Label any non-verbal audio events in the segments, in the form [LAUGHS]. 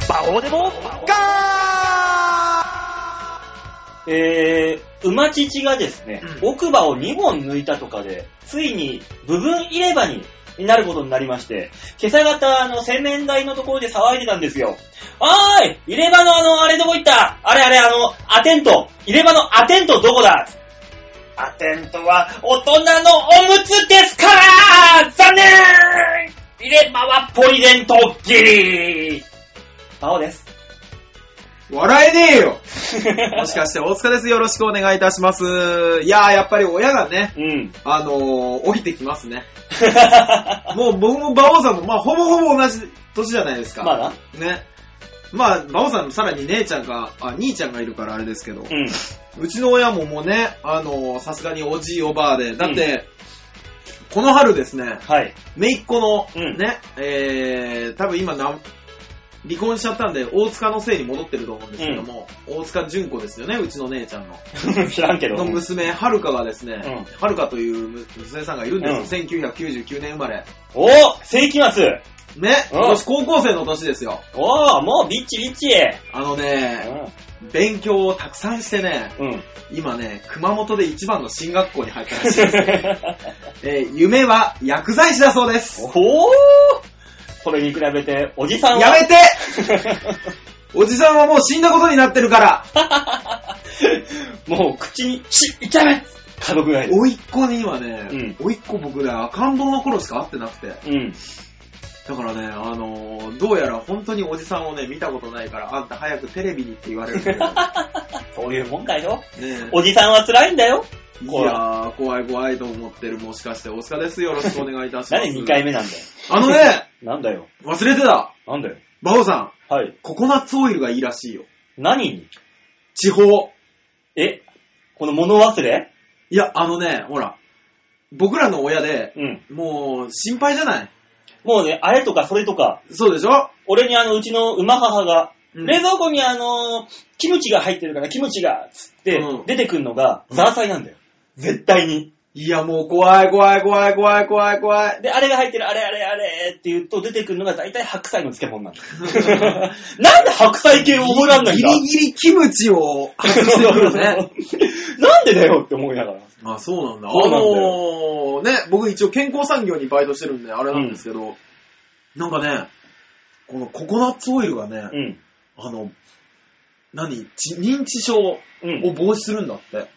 そうでもガえー、馬父がですね、うん奥歯を2本抜いたとかで、ついに部分入れ歯になることになりまして、今朝方、あの、洗面台のところで騒いでたんですよ。おーい入れ歯のあの、あれどこ行ったあれあれ、あの、アテント入れ歯のアテントどこだアテントは大人のおむつですから残念入れ歯はポリデントギリ青です。笑えねえよももしかして大塚です。よろしくお願いいたします。いやー、やっぱり親がね、うん。あのー、降りてきますね。もう僕も馬王さんも、まあ、ほぼほぼ同じ年じゃないですか。まあな。ね。まあ、馬王さん、さらに姉ちゃんが、あ、兄ちゃんがいるからあれですけど、うん。うちの親ももうね、あのー、さすがにおじいおばあで、だって、この春ですね、はい。 [LAUGHS] めいっ子の、うんね、えー、多分今なん、離婚しちゃったんで、大塚のせいに戻ってると思うんですけども、大塚純子ですよね、うちの姉ちゃんの。知らんけど。の娘、はるかがですうんね、はるかという娘さんがいるんですよ、1999年生まれ。おお世紀末ね、うん私高校生の年ですよ。おおもうビッチビッチあのね、勉強をたくさんしてね、うん。 [LAUGHS] うん。今ね、熊本で一番の進学校に入ったらしいです。 [LAUGHS] えー夢は薬剤師だそうです。おおそれに比べて、おじさんは。やめておじさんはもう死んだことになってるから、 [LAUGHS] もう口に、し、いっちゃえ家族がいる。甥っ子にはね、甥っ子僕ね、赤ん坊の頃しか会ってなくて。うん。だからね、あのーどうやら本当におじさんをね、見たことないから、あんた早くテレビにって言われるん [LAUGHS] だけど。ねそういうもんだよ。えおじさんは辛いんだよ。いやー、怖い怖いと思ってる。もしかして、大塚です。よろしくお願いいたします。 [LAUGHS] 何2回目なんだよ。あのね、なんだよ。忘れてた。なんだよ。バオさん、はい。ココナッツオイルがいいらしいよ。何に地方。えこの物忘れいや、あのね、ほら、僕らの親で、うん。もう、心配じゃないもうね、あれとかそれとか、そうでしょ俺にあの、うちの馬母が、うん冷蔵庫にあのーキムチが入ってるから、キムチが、つってう、ん出てくるのが、ザーサイなんだよ。絶対に。いや、もう怖い怖い怖い怖い怖い怖い。で、あれが入ってる、あれあれあれって言うと、出てくるのが大体白菜の漬物なん [LAUGHS] だよ。なんで白菜系を覚えらんないんギだリギリキムチを外してくる [LAUGHS] ね。なんでだよって思いながら。あ、そうなんだ。そうあなんだのー、ね、僕一応健康産業にバイトしてるんで、あれなんですけど、なんかね、このココナッツオイルがね、うん。あの、何ち認知症をうん。防止するんだって。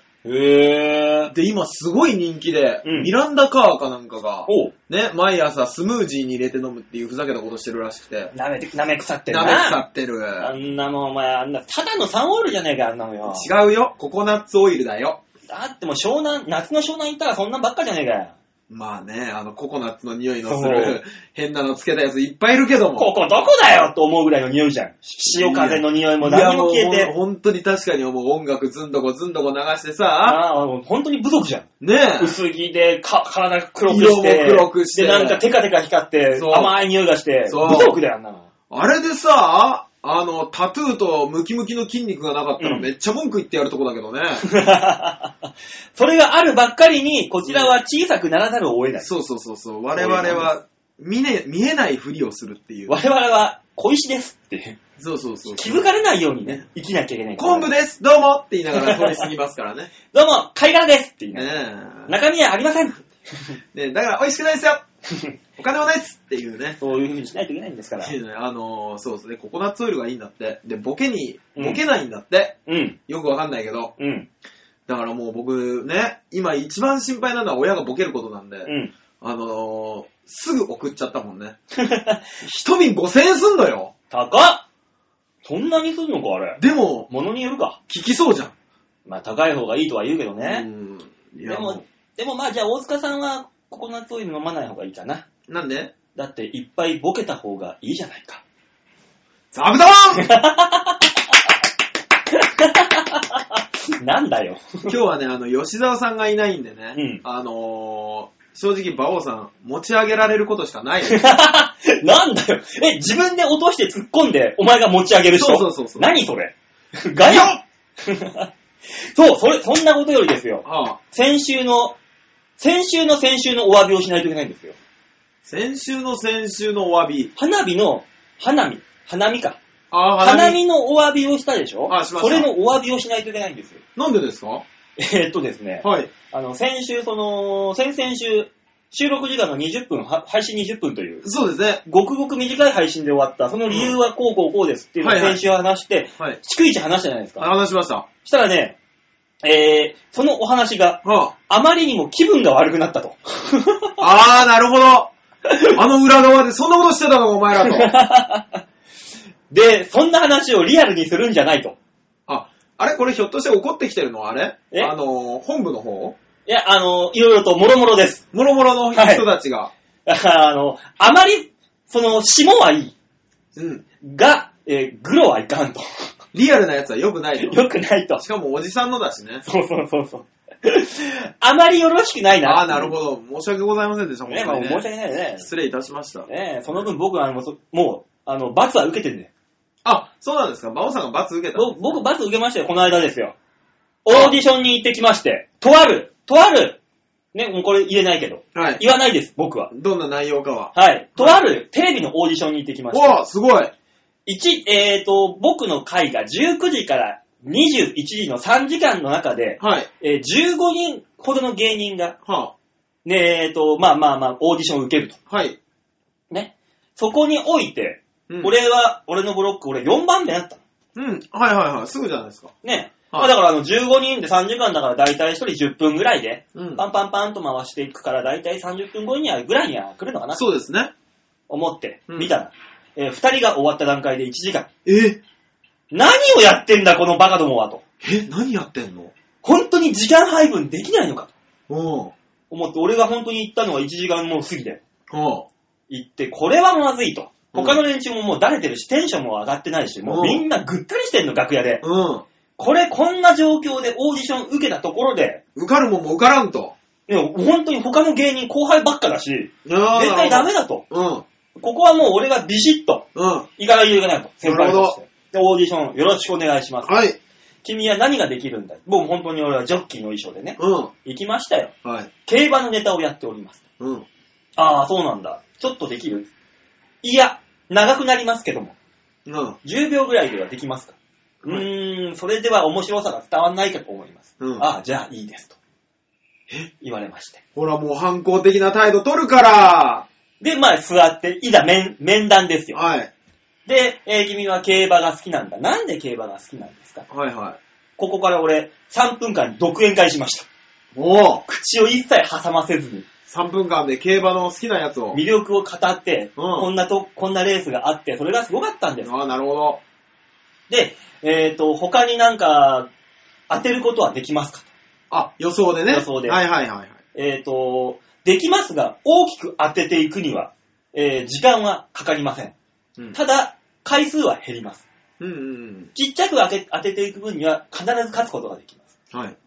へぇー。で、今すごい人気で、うんミランダカーかなんかが、おうね、毎朝スムージーに入れて飲むっていうふざけたことしてるらしくて、なめて、なめ腐ってん舐め腐な。ってる。あんなもんお前、あんな、ただのサンオールじゃねえか、あんなのよ。違うよ、ココナッツオイルだよ。だってもう湘南、夏の湘南行ったらそんなんばっかじゃねえかよ。まあね、あの、ココナッツの匂いのすそうる、変なのつけたやついっぱいいるけども。ここどこだよと思うぐらいの匂いじゃん。潮風の匂いも何も消いえやもうて。本当に確かにもう音楽ずんどこずんどこ流してさ、ああ、もう本当に部族じゃん。ねえ、 [LAUGHS] 薄着で、か、体が黒くして。色も黒くしてで、なんかテカテカ光って、そう甘い匂いがして。そう部族だよ、あんなの。あれでさ、あの、タトゥーとムキムキの筋肉がなかったうらんめっちゃ文句言ってやるとこだけ [LAUGHS] どね。 [LAUGHS] それがあるばっかりに、こちらは小さくならざるを得ない。そうそうそうそう、我々は見,、ね、見えないふりをするっていう。我々は小石ですって。そうそうそう。気づかれないようにね、生きなきゃいけないから。昆布ですどうもって言いながら通り過ぎますからね。どうも、貝殻です [LAUGHS] って言いながらね中身はありませんえ。ねえだから美味しくないですよ [LAUGHS] お金もないっすっていうね。そういう風にしないといけないんです [LAUGHS] からって。いうねあのーそうですね、ココナッツオイルがいいんだって。で、ボケに、うんボケないんだって。うん、よくわかんないけど。うん、だからもう僕ね、今一番心配なのは親がボケることなんで、 [LAUGHS] うん。あのー、すぐ送っちゃったもんね。一瓶5000円すんのよ高っそんなにするのか、あれ。でも、ものによるか。聞きそうじゃん。まあ、高い方がいいとは言うけどうね。ん。いでや、もも、でもまあ、じゃあ、大塚さんはココナッツオイル飲まない方がいいかな。うなんでだって、いっぱいボケた方がいいじゃないか。座布団 [LAUGHS] なんだよ。今日はね、あの、吉沢さんがいないんでね、うんあのー、正直、馬王さん、持ち上げられることしかないよ。 [LAUGHS] なんだよ。え、自分で落として突っ込んで、お前が持ち上げる人。そうそうそうそう何そ [LAUGHS] れガヤ [LAUGHS] そう、それ、そんなことよりですよ。ああ先週の、先週の先週のお詫びをしないといけないんですよ。先週の先週のお詫び。花火の、花見、花見か。あー花見のお詫びをしたでしょあしましたそれのお詫びをしないといけないんですよ。 [LAUGHS] なんでですかえーっとですね、はい。あの、先週、その、先々週、収録時間が20分、は配信20分という、そうですね。ごくごく短い配信で終わった、その理由はこうこうこうですっていうのをはいはい先週話して、はい。逐一話したじゃないですか。話しました。したらね、えー、そのお話が、はあまりにも気分が悪くなったと。 [LAUGHS] あ、あー、なるほど。あの裏側でそんなことしてたのか、お前 [LAUGHS] らと。で、そんな話をリアルにするんじゃないと。あ、あれこれひょっとして怒ってきてるのあれえあのー、本部の方いや、あの、いろいろともろもろです。もろもろの人たちが。だから、あの、あまり、その、霜はいい。うん。が、えー、グロはいかん [LAUGHS] と。リアルなやつは良くない [LAUGHS] と。よくないと。しかもおじさんのだしね。そうそうそうそう。 [LAUGHS] あまりよろしくないな。ああ、なるほど。申し訳ございませんでした。ね、本まあ、当に申しね訳ないよね。失礼いたしました。ねその分僕はあのそもう、あの、罰は受けてるね。あ、そうなんですか。馬王さんが罰受けた。ぼ僕、罰受けましたよ、この間ですよ。オーディションに行ってきまして、とある、とある、ね、もうこれ言えないけど、はい。言わないです、僕は。どんな内容かは。はい。とあるテレビのオーディションに行ってきました。おーすごい一えっ、と、僕の回が19時から21時の3時間の中で、はい。えー15人ほどの芸人が、はね、えっ、と、まあまあまあ、オーディションを受けると。あ、はい。ね。そこにおいて、うん、俺は、俺のブロック、俺4番目だったの。うん。はいはいはい。すぐじゃないですか。ね。はいまあだからあの15人で3時間だから大体1人10分ぐらいで、うん。パンパンパンと回していくから大体30分後にはぐらいには来るのかなとそうですね。思って、うん見たら、えー、2人が終わった段階で1時間。え何をやってんだこのバカどもはと。え、何やってんの本当に時間配分できないのかとおう思って、俺が本当に行ったのは1時間もう過ぎでおう行って、これはまずいと。うん他の連中ももう慣れてるし、テンションも上がってないし、もうみんなぐったりしてんの、楽屋で。うん。これ、こんな状況でオーディション受けたところで、受かるもんも受からんと。ね本当に他の芸人後輩ばっかだし、あー絶対ダメだと。うん。ここはもう俺がビシッと、うん。いかないといけないと。先な輩るとほして。で、オーディションよろしくお願いします。はい。君は何ができるんだ僕本当に俺はジョッキーの衣装でね、うん。行きましたよ。はい。競馬のネタをやっております。うん。ああ、そうなんだ。ちょっとできるいや、長くなりますけども。うん。 10秒ぐらいではできますかうはいーん、それでは面白さが伝わんないかと思います。うんああ、じゃあいいですと。言われまして。ほら、もう反抗的な態度取るから。で、まあ、座って、いざ面、面談ですよ。はい。で、えー君は競馬が好きなんだ。なんで競馬が好きなんですかはいはここから俺、3分間独演会しました。い。おう口を一切挟ませずに、 3分間で競馬の好きなやつを。魅力を語って、うんこんなと、こんなレースがあって、それがすごかったんです。ああ、なるほど。で、えっ、と、他になんか、当てることはできますかあ、予想でね。予想ではいはいはいはい。えっ、と、できますが、大きく当てていくには、えー時間はかかりません。うん。ただ、回数は減ります。うんうんちっちゃく当て当てていく分には必ず勝つことができます。うん。はい。って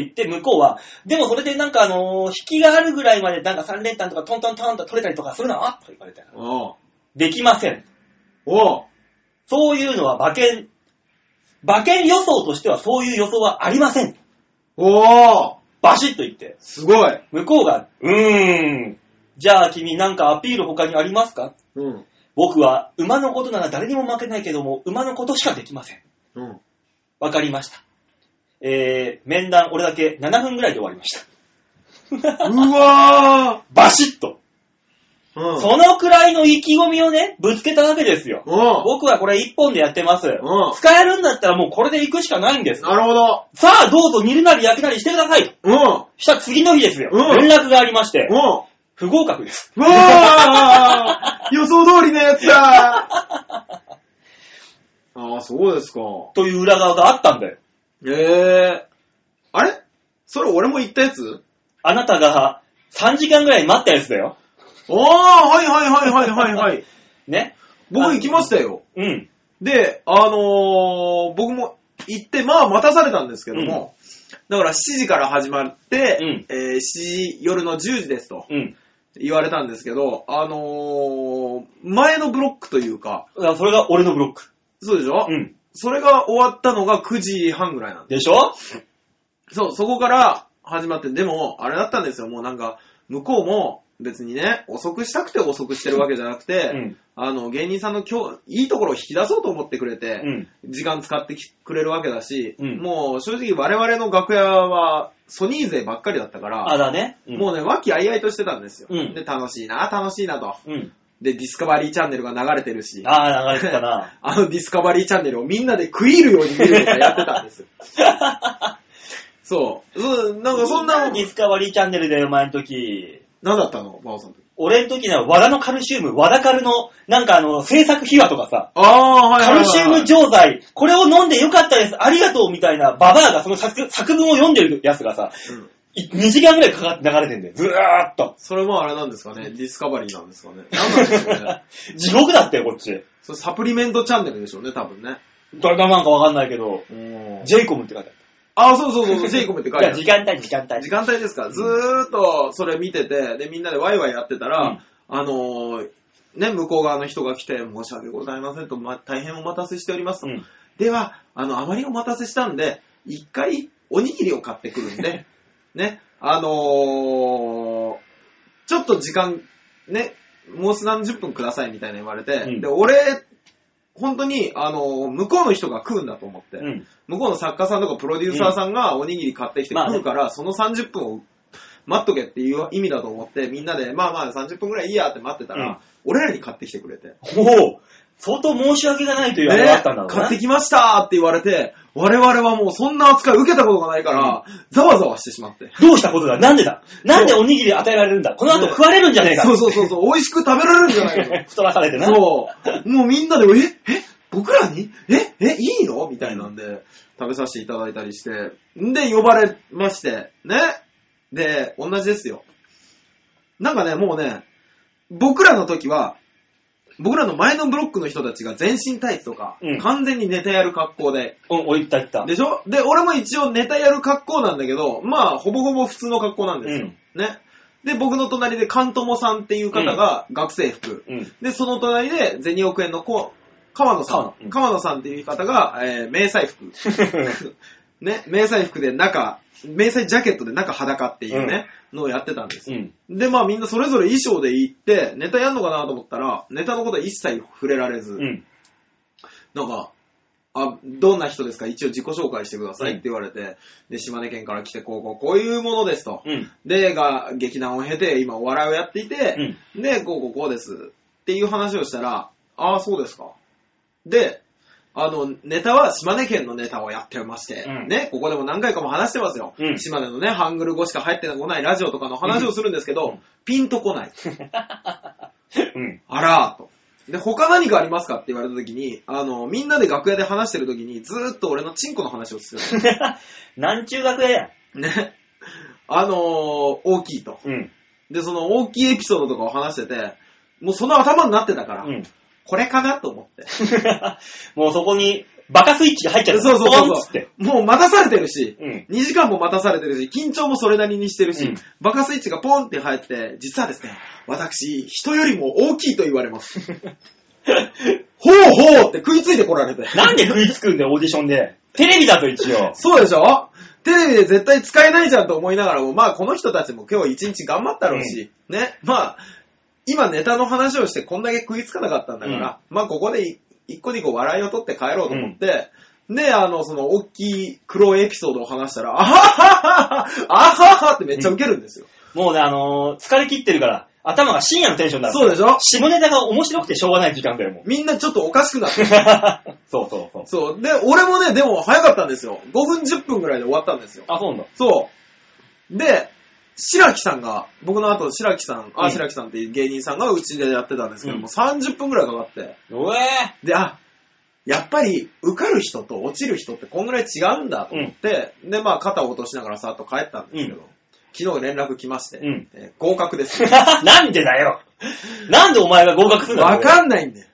言って、向こうは、でもそれでなんかあのー引きがあるぐらいまでなんか3連単とかトントントンと取れたりとかするのとか言われたら、おうできません。おうそういうのは馬券、馬券予想としてはそういう予想はありません。おおバシッと言って。すごい。向こうが、うーん。じゃあ君なんかアピール他にありますかうん。僕は馬のことなら誰にも負けないけども、馬のことしかできません。うん。わかりました。えー、面談俺だけ7分ぐらいで終わりました。うわバシッと。ーうん。そのくらいの意気込みをね、ぶつけたわけですよ。おう僕はこれ1本でやってます。うん使えるんだったらもうこれで行くしかないんです。なるほど。さあ、どうぞ煮るなり焼くなりしてくださいと。うん。うん。したら次の日ですよ。うん連絡がありまして、う不合格です。わー予想通りのやつだああ、そうですか。という裏側があったんだよ。ええあれそれ俺も言ったやつあなたが3時間ぐらい待ったやつだよ。おーはいはいはいはいはいはい。ね。僕行きましたよ。うん。で、あのー僕も行って、まあ待たされたんですけども、だから7時から始まって、うんえー7時、夜の10時ですとうん。言われたんですけど、あのー前のブロックというか、だからそれが俺のブロック。そうでしょ、うん。それが終わったのが9時半ぐらいなんででしょそう、そこから始まって、でも、あれだったんですよ、もうなんか、向こうも、別にね、遅くしたくて遅くしてるわけじゃなくて、 [LAUGHS] うん。あの、芸人さんの今日、いいところを引き出そうと思ってくれて、うん。時間使ってきくれるわけだし、うんもう正直我々の楽屋はソニー勢ばっかりだったかあ、ら、だね。うんもうね、和気あいあいとしてたんですよ。うんで、楽しいな、楽しいなと。うん。で、ディスカバリーチャンネルが流れてるし、あああ、流れてたな。のディスカバリーチャンネルをみんなで食い入るように見るとかやってたん [LAUGHS] ですよ。そう。 [LAUGHS] そうなんかそんな、ディスカバリーチャンネルでお前の時、何だったのバオさんの時。俺の時は和田のカルシウム、和田カルの、なんかあの、制作秘話とかさ、ああ、はいカはいはい、ルシウム錠剤、これを飲んでよかったです、ありがとうみたいなババアがその作作文を読んでるやつがさ、うんい2時間ぐらいかかって流れてんだよ。ずーっと。それもあれなんですかね、ディスカバリーなんですかね。何なんでしょう [LAUGHS] ね。地獄だったよ、こっち。それサプリメントチャンネルでしょうね、多分ね。誰がなんかわかんないけど、ジェイコムって書いてああ、そうそう [LAUGHS] そうそう、ジェイコムって書あいてる。あいや、時る。間帯、時間帯時。間帯ですか、ずーっとそれ見てて、で、みんなでワイワイやってたら、うんあのーね、向こう側の人が来て、申し訳ございませんと、ま、大変お待たせしておりますと。うんでは、あの、あまりお待たせしたんで、一回おにぎりを買ってくるん [LAUGHS] で、ね、あのーちょっと時間、ね、もうす何十分くださいみたいな言われて、うんで、俺、本当に、あのー向こうの人が食うんだと思って、うん。向こうの作家さんとかプロデューサーさんがおにぎり買ってきてまあね食うから、その30分を待っとけっていう意味だと思って、みんなで、まあまあ30分くらいいいやって待ってたら、うん俺らに買ってきてくれて。おお相当申し訳がないというあれがあったんだろう買なってきましたって言われて、我々はもうそんな扱い受けたことがないから、ざわざわしてしまって。どうしたことだなんでだなんでおにぎり与えられるんだこの後食われるんじゃねえかそうそうそうそう、美味しく食べられるんじゃないかと [LAUGHS] 太らされてな。そう。もうみんなで、ええ僕らにええいいのみたいなんで、食べさせていただいたりして。んで、呼ばれまして、ね。で、同じですよ。なんかね、もうね、僕らの時は、僕らの前のブロックの人たちが全身タイツとか、うん完全にネタやる格好で、うん、おいったいった。でしょで、俺も一応ネタやる格好なんだけど、まあ、ほぼほぼ普通の格好なんうですよ。ん。ね。で、僕の隣でカントモさんっていう方が学生服。うん。で、その隣で、ゼニオクエンの子、川野さ川野うんん。川野さんっていう方が、えー、迷彩 [LAUGHS] 服。ね、迷彩服で中、迷彩ジャケットで中裸っていうね、のをやってたんですうよ。ん。で、まあみんなそれぞれ衣装で行って、ネタやんのかなと思ったら、ネタのことは一切触れられず、うん。なんか、あ、どんな人ですか一応自己紹介してくださいって言われて、で、島根県から来て、こう、こう、こういうものですと。うん。で、が、劇団を経て、今お笑いをやっていて、うん。で、こうこうこうです。っていう話をしたら、ああ、そうですか。で、あの、ネタは島根県のネタをやってまして、うんね、ここでも何回かも話してますよ。うん島根のね、ハングル語しか入ってこないラジオとかの話をするんですけど、うんピンとこ [LAUGHS] ない。うん。 [LAUGHS] あらーと。で、他何かありますかって言われた時に、あの、みんなで楽屋で話してる時に、ずーっと俺のチンコの話をする。なんちゅう学園や。ね。あのー大きいと。うん。で、その大きいエピソードとかを話してて、もうその頭になってたから、うん。 [LAUGHS] これかなと思って。もうそこに、バカスイッチが入っちゃっ [LAUGHS] た。そうそうそうそうポンっつって。もう待たされてるし、うん。 2時間も待たされてるし、緊張もそれなりにしてるし、うんバカスイッチがポンって入って、実はですね、私、人よりも大きいと言われ [LAUGHS] ます。ほうほうって食いついてこられて。なんで食いつくんだよ、オーディションで。テレビだぞ、一応。そうでしょテレビで絶対使えないじゃんと思いながらも、まあこの人たちも今日一日頑張ったろうし、ね、まあ、今ネタの話をしてこんだけ食いつかなかったんだから、まあここでい一個二個笑いを取って帰ろうと思って、で、あの、その、大きい黒いエピソードを話したら、あはははあははってめっちゃウケるんですよ。もうね、あのー、疲れ切ってるから、頭が深夜のテンションだ。そうでしょ下ネタが面白くてしょうがない時間だよ、もう。みんなちょっとおかしくなって。そうそうそう。そう。で、俺もね、でも早かったんですよ。5分10分ぐらいで終わったんですよ。あ、そうなんだ。そう。で、白木さんが、僕の後、白木さん、あ、うん白木さんっていう芸人さんがうちでやってたんですけども、うん30分くらいかかって。うえで、あ、やっぱり、受かる人と落ちる人ってこんぐらい違うんだと思って、で、まあ、肩を落としながらさっと帰ったんですけど、う昨日連絡来まして、うんえー合格です。ー [LAUGHS] なんでだよなんでお前が合格するんだわかんんないん [LAUGHS] だよ。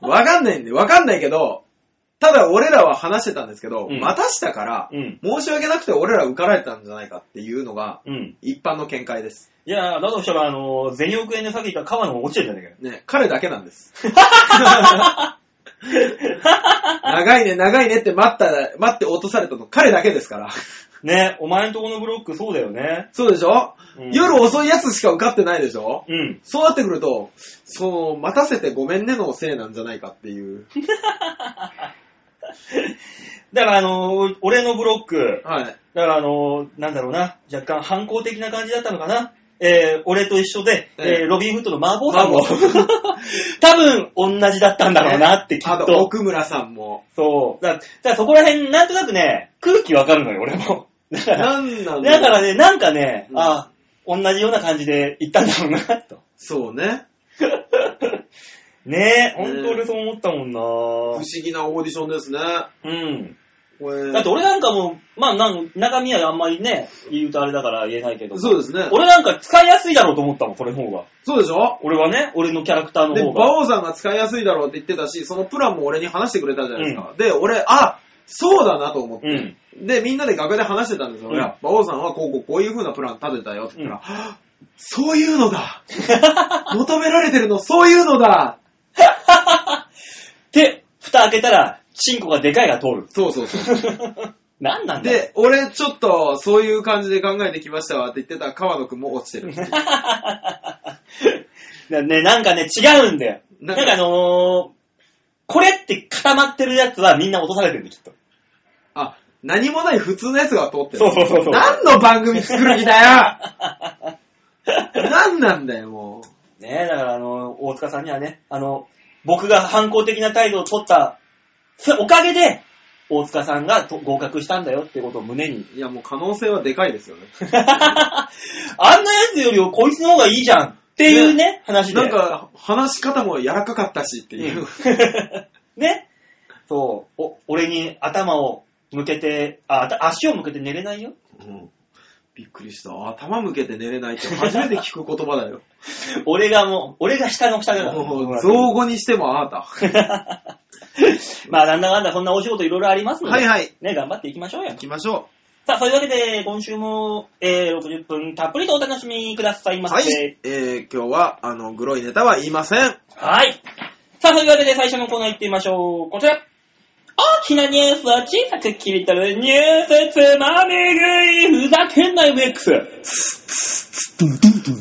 わかんないんだよ。わかんないけど、ただ俺らは話してたんですけど、うん待たしたから、うん。申し訳なくて俺ら受かられたんじゃないかっていうのが、うん。一般の見解です。いやー、だとしたら、あのー、銭億円で詐欺った川野も落ちてるんじゃねね、彼だけなんです。 [LAUGHS] 長いね、長いねって待ったら、待って落とされたの彼だけですから。ね、お前んとこのブロックそうだよね。そうでしょ、うん夜遅いやつしか受かってないでしょうん。そうなってくると、その、待たせてごめんねのせいなんじゃないかって [LAUGHS] いう。だからあのー俺のブロック、はい。だからあのーなんだろうな、若干反抗的な感じだったのかな。えー、俺と一緒で、えええーロビンフッドの麻婆さんも麻婆、 [LAUGHS] 多分同じだったんだろうなってきあっと、と。奥村さんも。そう。だだからそこら辺、なんとなくね、空気わかるのよ、俺も。だから、なんなんだだからね、なんかね、うんあ同じような感じで行ったんだろうな、と。そうね。ねえ、ほんと俺そう思ったもんな不思議なオーディションですね。うん。これだって俺なんかもう、まあなん、中身はあんまりね、言うとあれだから言えないけど。そうですね。俺なんか使いやすいだろうと思ったもん、これの方が。そうでしょ俺はね、俺のキャラクターので、方馬が。王さんが使いやすいだろうって言ってたし、そのプランも俺に話してくれたじゃないですか。で、俺、あ、そうだなと思って。うん。で、みんなで楽屋で話してたんですよ。俺は、馬王さんはこうこうこういう風なプラン立てたよって言ったら、はっそういうのだ [LAUGHS] 求められてるの、そういうのだ。で、蓋開けたら、チンコがでかいが通るそうそうそう。なん [LAUGHS] なんだよで、俺ちょっとそういう感じで考えてきましたわって言ってた川野くんも落ちてる。だね、なんかね、違うんだよ。ななんんかかあのー、これって固まってるやつはみんな落とされてるんだ、きっと。あ、何もない普通のやつが通ってる。そうそうそうそう何の番組作る気だ [LAUGHS] よ何なんだよ、もう。ねえ、だからあのー、大塚さんにはね、あの、僕が反抗的な態度を取った、そおかげで、大塚さんがと合格したんだよってことを胸 [LAUGHS] に。いや、もう可能性はでかいです [LAUGHS] よね。あんなやつよりもこいつの方がいいじゃんっていうね、話で。なんか、話し方も柔らかかったしっていう。ねそう、お、俺に頭を向けて、あ、あた足を向けて寝れないよ。うんびっくりした。頭向けて寝れない [LAUGHS] って初めて聞く言葉だよ。俺がもう、俺が下の下だから。もう造語にしてもあなた。まあ、なんだかんだ、そんなお仕事いろいろありますので、はいはい。ね、頑張っていきましょうよ行。きましょ。さあ、そういうわけで、今週も、えー、60分たっぷりとお楽しみくださいうまはせ。い。えー、今日は、あの、グロいネタは言いません。はい。さあ、というわけで最初のコーナー行ってみましょう。こちら。大きなニュースを小さく切り取るニュースつまみ食いふざけんな MX。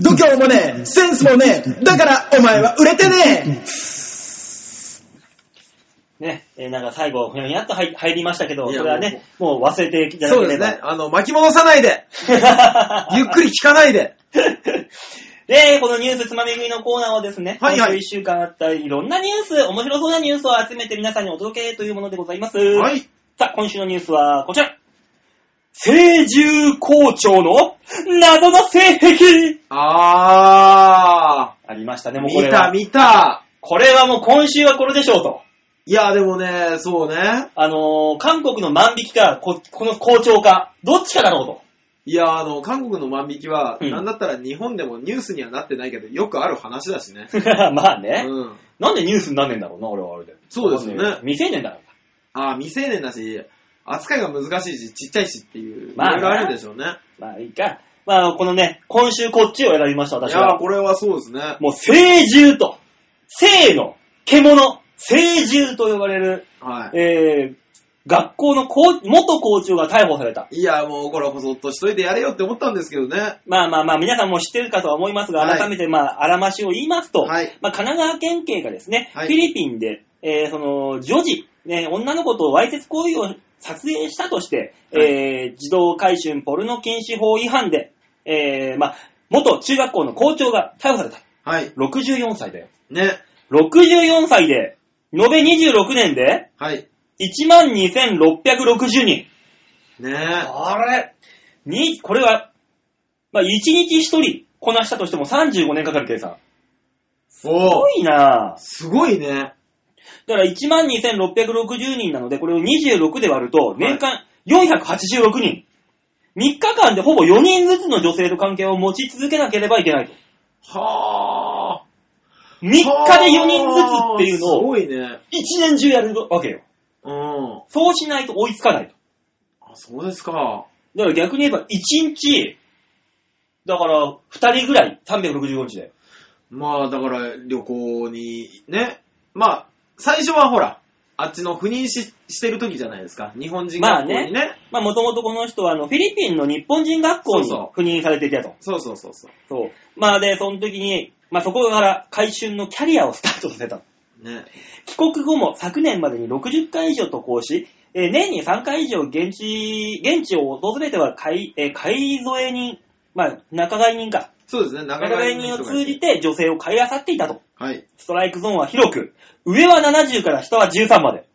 度胸もねえ、センスもねえ、だからお前は売れてねね、えーなんか最後、ふにゃふにゃっと入入りましたけど、こいやれはね、もう忘れていえただそうけでれすねば。。あの、巻き戻さない [LAUGHS] で、ゆっくり聞かないで。で、このニュースつまみ食いのコーナーはですね、はいはい今週一週間あったいろんなニュース、面白そうなニュースを集めて皆さんにお届けというものでございます。。はいい。さあ、今週のニュースはこちら。聖獣校長の謎の性癖あありましたね、ー、もうこ見れたは。見た。これはもう今週はこれでしょうと。いや、でもね、そうね。あのー韓国の万引きか、ここの校長か、どっちかだろうと。いや、あの、韓国の万引きは、うんなんだったら日本でもニュースにはなってないけど、よくある話だしね。 [LAUGHS] まあね、うん。なんでニュースになんねえんだろうな、俺はあれで。そうですよねわかんない未成年だから。あー、未成年だし、扱いが難しいし、ちっちゃいしっていう、いまあろねいろあるでしょうね。まあいいか。まあこのね、今週こっちを選びました、い私やー、は。これはそうですね。もう聖獣と、聖の獣、聖獣と呼ばれる、はい。えー、学校の校元校長が逮捕された。いや、もうこれはそっとしといてやれよって思ったんですけどね。まあまあまあ、皆さんも知ってるかとは思いますが、はい改めてまあ、あらましを言いますと、はいまあ、神奈川県警がですね、はいフィリピンで、えーその、女児、ね、女の子とわいせつ行為を撮影したとして、はいえー児童回春ポルノ禁止法違反で、えーまあ、元中学校の校長が逮捕された。はい。 64歳だよ。ね。 64歳で、延べ26年で、はい。 12,660人。ねあれに、これは、まあ、1日1人こなしたとしても35年かかる計算。え。お多ーいなぁ。すごいね。だから12,660人なので、これを26で割ると、年間486人。3日間でほぼ4人ずつの女性と関係を持ち続けなければいけないと。は3ー日で4人ずつっていうのすを、ごいね。 1年中やるわけよ。うん。そうしないと追いつかないと。あ、そうですか。だから逆に言えば1日、だから2人ぐらい、365日だよ。まあ、だから、旅行に、ね。まあ、最初はほら、あっちの赴任ししてる時じゃないですか。日本人まあ学校ねにね。まあ、もともとこの人は、あの、フィリピンの日本人学校にそうそ赴任されていたと。そうそうそうそそう。まあ、で、その時に、まあ、そこから回春のキャリアをスタートさせた。う。ね。帰国後も昨年までに60回以上渡航し、えー年に3回以上現地、現地を訪れては買い、えー買い添え人、まあ、仲買人か。そうですね。仲仲買買人人をの人が通いてじて女性を買い漁っていたと。はい。ストライクゾーンは広く、上は70から下は13まで。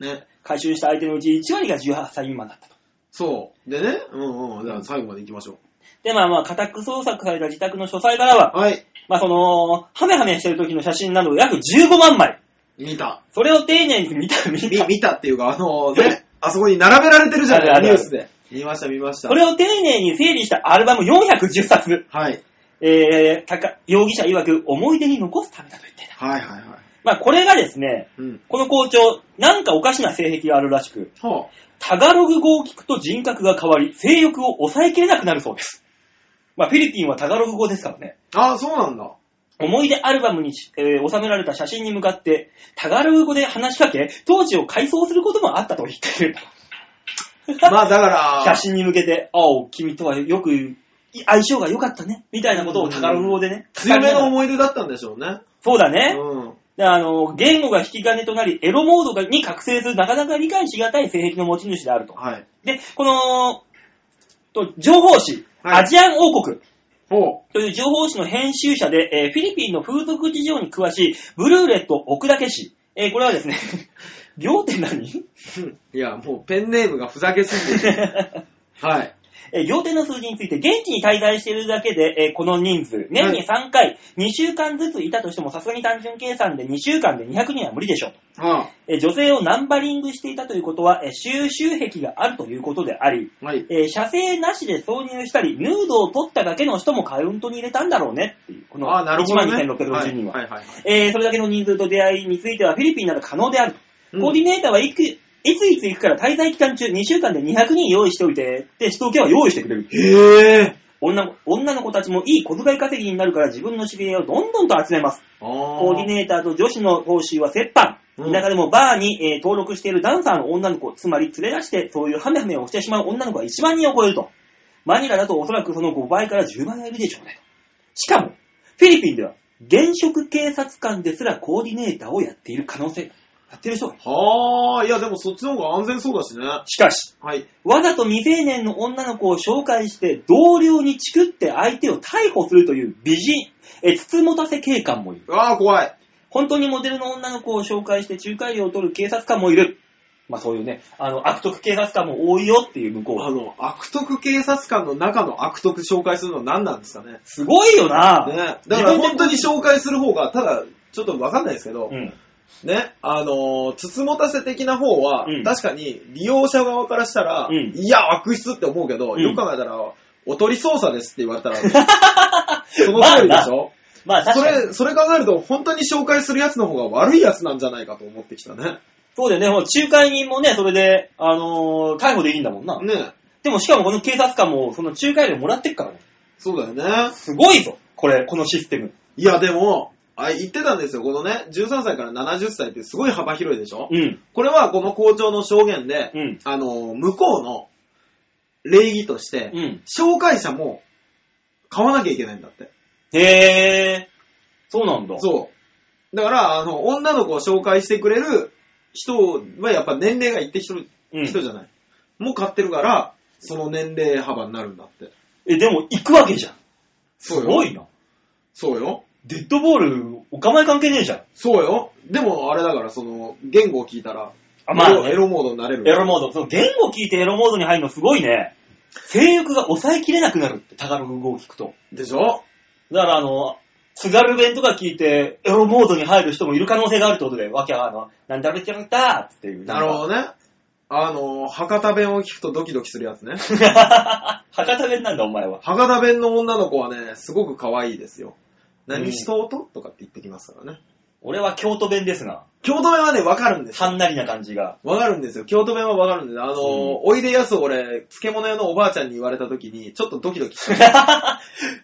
ね。回収した相手のうち1割が18歳未満だったと。そう。でね。うんうん。じゃあ最後まで行きましょで、まあまあ、家宅捜索された自宅の書斎からは、う。はい。まあその、ハメハメしてる時の写真など約15万枚。見た。それを丁寧に見た、見みた。見たっていうか、あのね、あそこに並べられてるじゃなあいるニあュるースで。見ました、見ましたそ。れを丁寧に整理したアルバム410冊。はい。えー、たか容疑者曰く思い出に残すためだと言っていた。はいはいはい。まあこれがですね、うん。この校長、なんかおかしな性癖があるらしく、はタガログ語を聞くと人格が変わり、性欲を抑えきれなくなるそうです。まあフィリピンはタガログ語ですからね。あ。ああ、そうなんだ。思い出アルバムにし、えー収められた写真に向かって、タガログ語で話しかけ、当時を回想することもあったと言っている。まあだから、 [LAUGHS] 写真に向けて、あお、君とはよく、い相性が良かったね、みたいなことをタガログ語でね。強めのい。思い出だったんでしょうね。そうだうね。ん。であの、言語が引き金となり、エロモードがに覚醒する、なかなか理解しがたい性癖の持ち主であると。はい。で、この、と情報誌、はいアジアン王国ほという情報誌の編集者で、えーフィリピンの風俗事情に詳しい、ブルーレット・オクラケ氏。えーこれはですね、 [LAUGHS] 両手何 [LAUGHS] う。いや、もうペンネームがふざけすぎてる。 [LAUGHS] はい。えー仰天の数字について、現地に滞在しているだけで、えーこの人数、年に3回、2週間ずついたとしても、さすがに単純計算で2週間で200人は無理でしょう。あえー女性をナンバリングしていたということは、えー収集癖があるということであり、あはい。えー写生なしで挿入したり、ヌードを撮っただけの人もカウントに入れたんだろうねっていう、このああ、なるほど、ね。 12,660人は。はいはいはい。えーそれだけの人数と出会いについてはフィリピンなら可能である。うんコーディネーターはいくいついつ行くから滞在期間中2週間で200人用意しておいて、で、首都圏は用意してくれる。へえ。女の女の子たちもいい小遣い稼ぎになるから自分の知り合いをどんどんと集めます。ああ。コーディネーターと女子の報酬は折半。うん中でもバーに、えー登録しているダンサーの女の子、つまり連れ出してそういうハメハメをしてしまう女の子は1万人を超えると。マニラだとおそらくその5倍から10倍はいるでしょうね。しかも、フィリピンでは現職警察官ですらコーディネーターをやっている可能性、やってる人がいる。はあ、いやでもそっちの方が安全そうだしね。しかし、はい。わざと未成年の女の子を紹介して同僚にチクって相手を逮捕するという美人、えー、つつもたせ警官もいる。ああ、怖い。本当にモデルの女の子を紹介して仲介料を取る警察官もいる。まあそういうね、あの、悪徳警察官も多いよっていう向こうあは。の、悪徳警察官の中の悪徳紹介するのは何なんですかね。すごいよな、ね、だから本当に紹介する方が、ただ、ちょっとわかんないですけど、うん。ね、あのー、つつもたせ的な方は、うん確かに利用者側からしたら、うんいや、悪質って思うけど、うんよく考えたら、おとり捜査ですって言われ [LAUGHS] たら、その通りでしょ、まあ確そかに。れ、それ考えると、本当に紹介するやつの方が悪いやつなんじゃないかと思ってきたね。そうだよね、ほら仲介人もね、それで、あのー逮捕できるんだもんな。ね、でもしかもこの警察官も、その仲介料もらってっからね。そうだよね。すごいぞ、これ、このシステム。いや、でも、あ言ってたんですよ、このね、13歳から70歳ってすごい幅広いでしょ、うん、これはこの校長の証言で、うん、あの、向こうの礼儀として、うん。紹介者も買わなきゃいけないんだって。へー、そうなんだ。そう。だから、あの、女の子を紹介してくれる人はやっぱ年齢がいって人,、うん人じゃない。もう買ってるから、その年齢幅になるんだって。え、でも行くわけじゃん。そうすよ。ごいな。そうよ。デッドボール、お構い関係ねえじゃん。そうよ。でも、あれだから、その、言語を聞いたら、あまあねエロエロモードになれエる。ロモード。その言語聞いてエロモードに入るのすごいね。性欲が抑えきれなくなるって、タガログ語を聞くと。でしょだからあの、津軽弁とか聞いてエロモードに入る人もいる可能性があるってことで、わけはあの、なんだべちゃったっていう。なるほど。どね。あの、博多弁を聞くとドキドキするやつ [LAUGHS] ね。博多弁なんだお前は。博多弁の女の子はね、すごく可愛いですよ。うん何しとうと、とかって言ってきますからね。俺は京都弁ですな。京都弁はね、わかるんですよ。はんなりな感じが。わかるんですよ。京都弁はわかるんですよ。あのー、うんおいでやすを俺、漬物屋のおばあちゃんに言われた時に、ちょっとドキドキし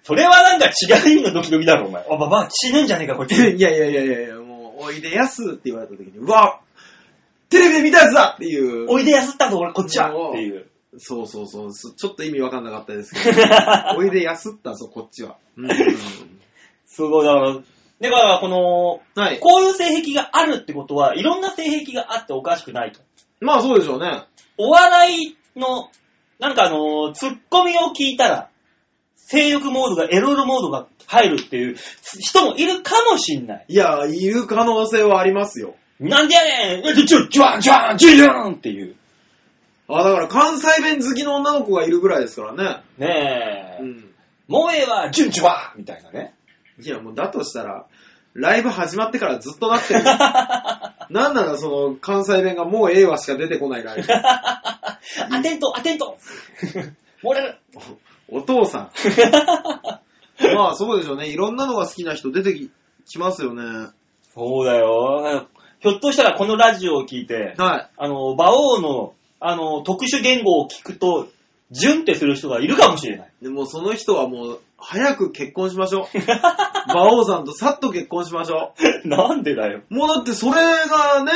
それはなんか違う意味のドキドキだろ、お前。あ、ば [LAUGHS] ば、死ぬんじゃねえか、こっち。て。いやいやいやいやいや、もう、おいでやすって言われた時に、うわテレビで見たやつだっていう。 [LAUGHS] おいでやすったぞ、俺こっちはもうっていう。 [LAUGHS] そうそうそう。そちょっと意味わかんなかったです [LAUGHS] けど。おいでやすったぞ、こっちは。うん、すごい、だから、だからこの、はい。こういう性癖があるってことは、いろんな性癖があっておかしくないと。まあそうでしょうね。お笑いの、なんかあのー、ツッコミを聞いたら、性欲モードが、エロールモードが入るっていう人もいるかもしんない。いや、いる可能性はありますよ。なんでやねんジュジュワンジュワンジュジュンっていう。あ、だから関西弁好きの女の子がいるぐらいですからね。ねうえ。ん。萌えはジュンジュワンみたいなね。いや、もうだとしたら、ライブ始まってからずっとなってる。なんならその関西弁がもうええわしか出てこないライブ。アテント、アテント漏れる。お父さん。まあそうでしょうね。いろんなのが好きな人出てききますよね。 [LAUGHS] そうだよ。ひょっとしたらこのラジオを聞いて、はあの、馬王の、あの、特殊言語を聞くと、ジュンってする人がいるかもしれない。 [LAUGHS] い。でもうその人はもう、早く結婚しましょう。馬王さんとさっと結婚しましょなんでだよ。う。もうだってそれがね、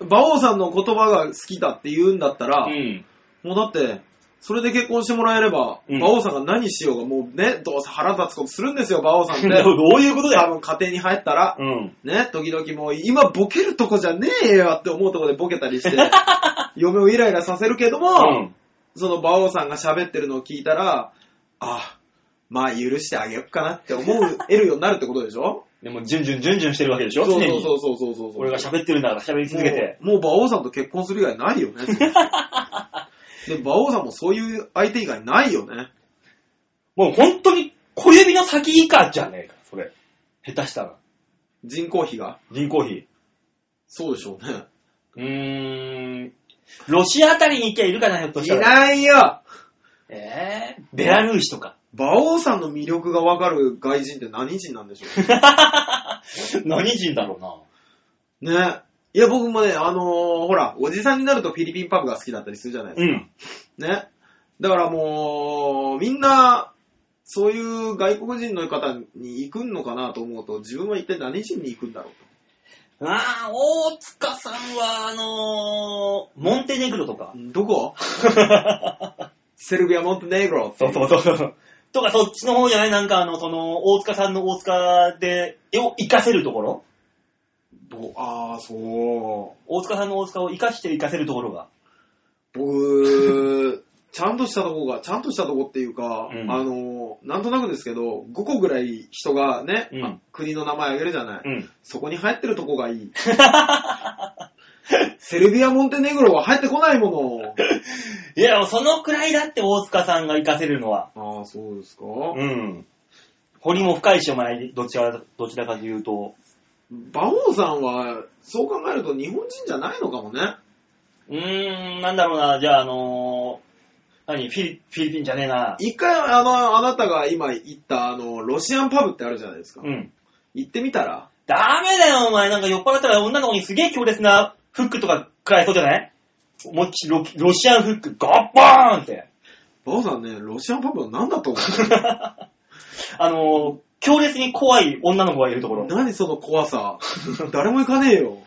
馬王さんの言葉が好きだって言うんだったら、うん。もうだって、それで結婚してもらえれば、うん馬王さんが何しようが、もうね、どうせ腹立つことするんですよ、馬王さんって。 [LAUGHS] どういうことだ多よ。分家庭に入ったら、うん。ね、時々もう今ボケるとこじゃねえよって思うとこでボケたり [LAUGHS] して、嫁をイライラさせるけども、うん。その馬王さんが喋ってるのを聞いたら、あ、まあ許してあげよっかなって思う、得るようになるってことでしょでも、ジュンジュンジュンジュンしてるわけでしそょうそう常そに。うそうそうそうそう。俺が喋ってるんだから喋り続けて。もう。もう馬王さんと結婚する以外ないよ [LAUGHS] ね。その人で、馬王さんもそういう相手以外ないよね。もう本当に小指の先以下じゃねえか、それ。下手したら。人口比が。銀行費。そうでしょうね。うーん。ロシアあたりに行きゃいるかな、ひょっとしたら。ないよえー、ベラルーシとか。馬王さんの魅力がわかる外人って何人なんでしょう何人だろうな。 [LAUGHS] ね。いや、僕もね、あのーほら、おじさんになるとフィリピンパブが好きだったりするじゃないでうん。すか。ね。だからもう、みんな、そういう外国人の方に行くのかなと思うと、自分は一体何人に行くんだろうああ、大塚さんは、あのー、モンテネグロとか。と。どこ [LAUGHS] セルビア、モンテネグロ。そうそうそう。とか、そっちの方じゃないなんか、あの、その、大塚さんの大塚で、を活かせるところぼあー、そう。大塚さんの大塚を活かして活かせるところが。僕、ちゃんとしたとこが、ちゃんとしたとこっていうか、うんあのー、なんとなくですけど、5個ぐらい人がね、うんあ国の名前あげるじゃない。うん。そこに入ってるとこがい [LAUGHS] い。セルビア、モンテネグロは入ってこないもの。いや、そのくらいだって大塚さんが活かせるのは。ああ、そうですか。うん。堀も深いし、お前、どちら、どちらかというと。馬王さんは、そう考えると日本人じゃないのかもね。うーん、なんだろうな、じゃあ、あのー、何、フィリ、フィリピンじゃねえな。一回、あの、あなたが今行った、あの、ロシアンパブってあるじゃないですか。うん。行ってみたら、ダメだよ、お前。なんか酔っ払ったら女の子にすげえ強烈なフックとか食らえそうじゃないもっちロロシアンフック、ゴッポーンって。馬王さんね、ロシアンパブは何だと思あのー、強烈に怖い女の子がいるとこうろ。何その怖さ。 [LAUGHS] 誰も行かねえよ。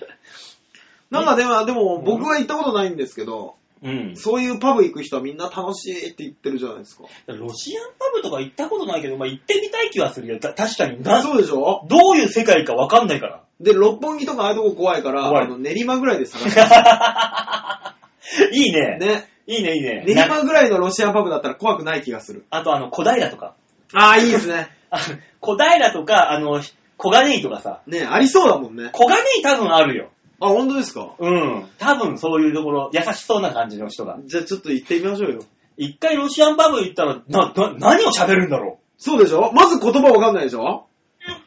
[LAUGHS] なんかでも、でも僕は行ったことないんですけど、うん。そういうパブ行く人はみんな楽しいって言ってるじゃないですか。ロシアンパブとか行ったことないけど、まあ、行ってみたい気はするよ。た確かにな。そうでしょどういう世界かわかんないから。で、六本木とかああいうとこ怖いから、怖いあの練馬ぐらいで探して。 [LAUGHS] いいね。 [LAUGHS] ね。いいね、いいね。練な馬ぐらいのロシアンパブだったら怖くない気がする。あと、あの、小平とか。 [LAUGHS] ああ、いいですね。あ小平とか、あの、小金井とかさ。ね、ありそうだもんね。小金井多分あるよ。あ、本当ですかうん。多分そういうところ、優しそうな感じの人が。じゃあちょっと行ってみましょうよ。一回ロシアンパブ行ったら、な、な、何を喋るんだろそうでしょまず言葉わかんないでしょ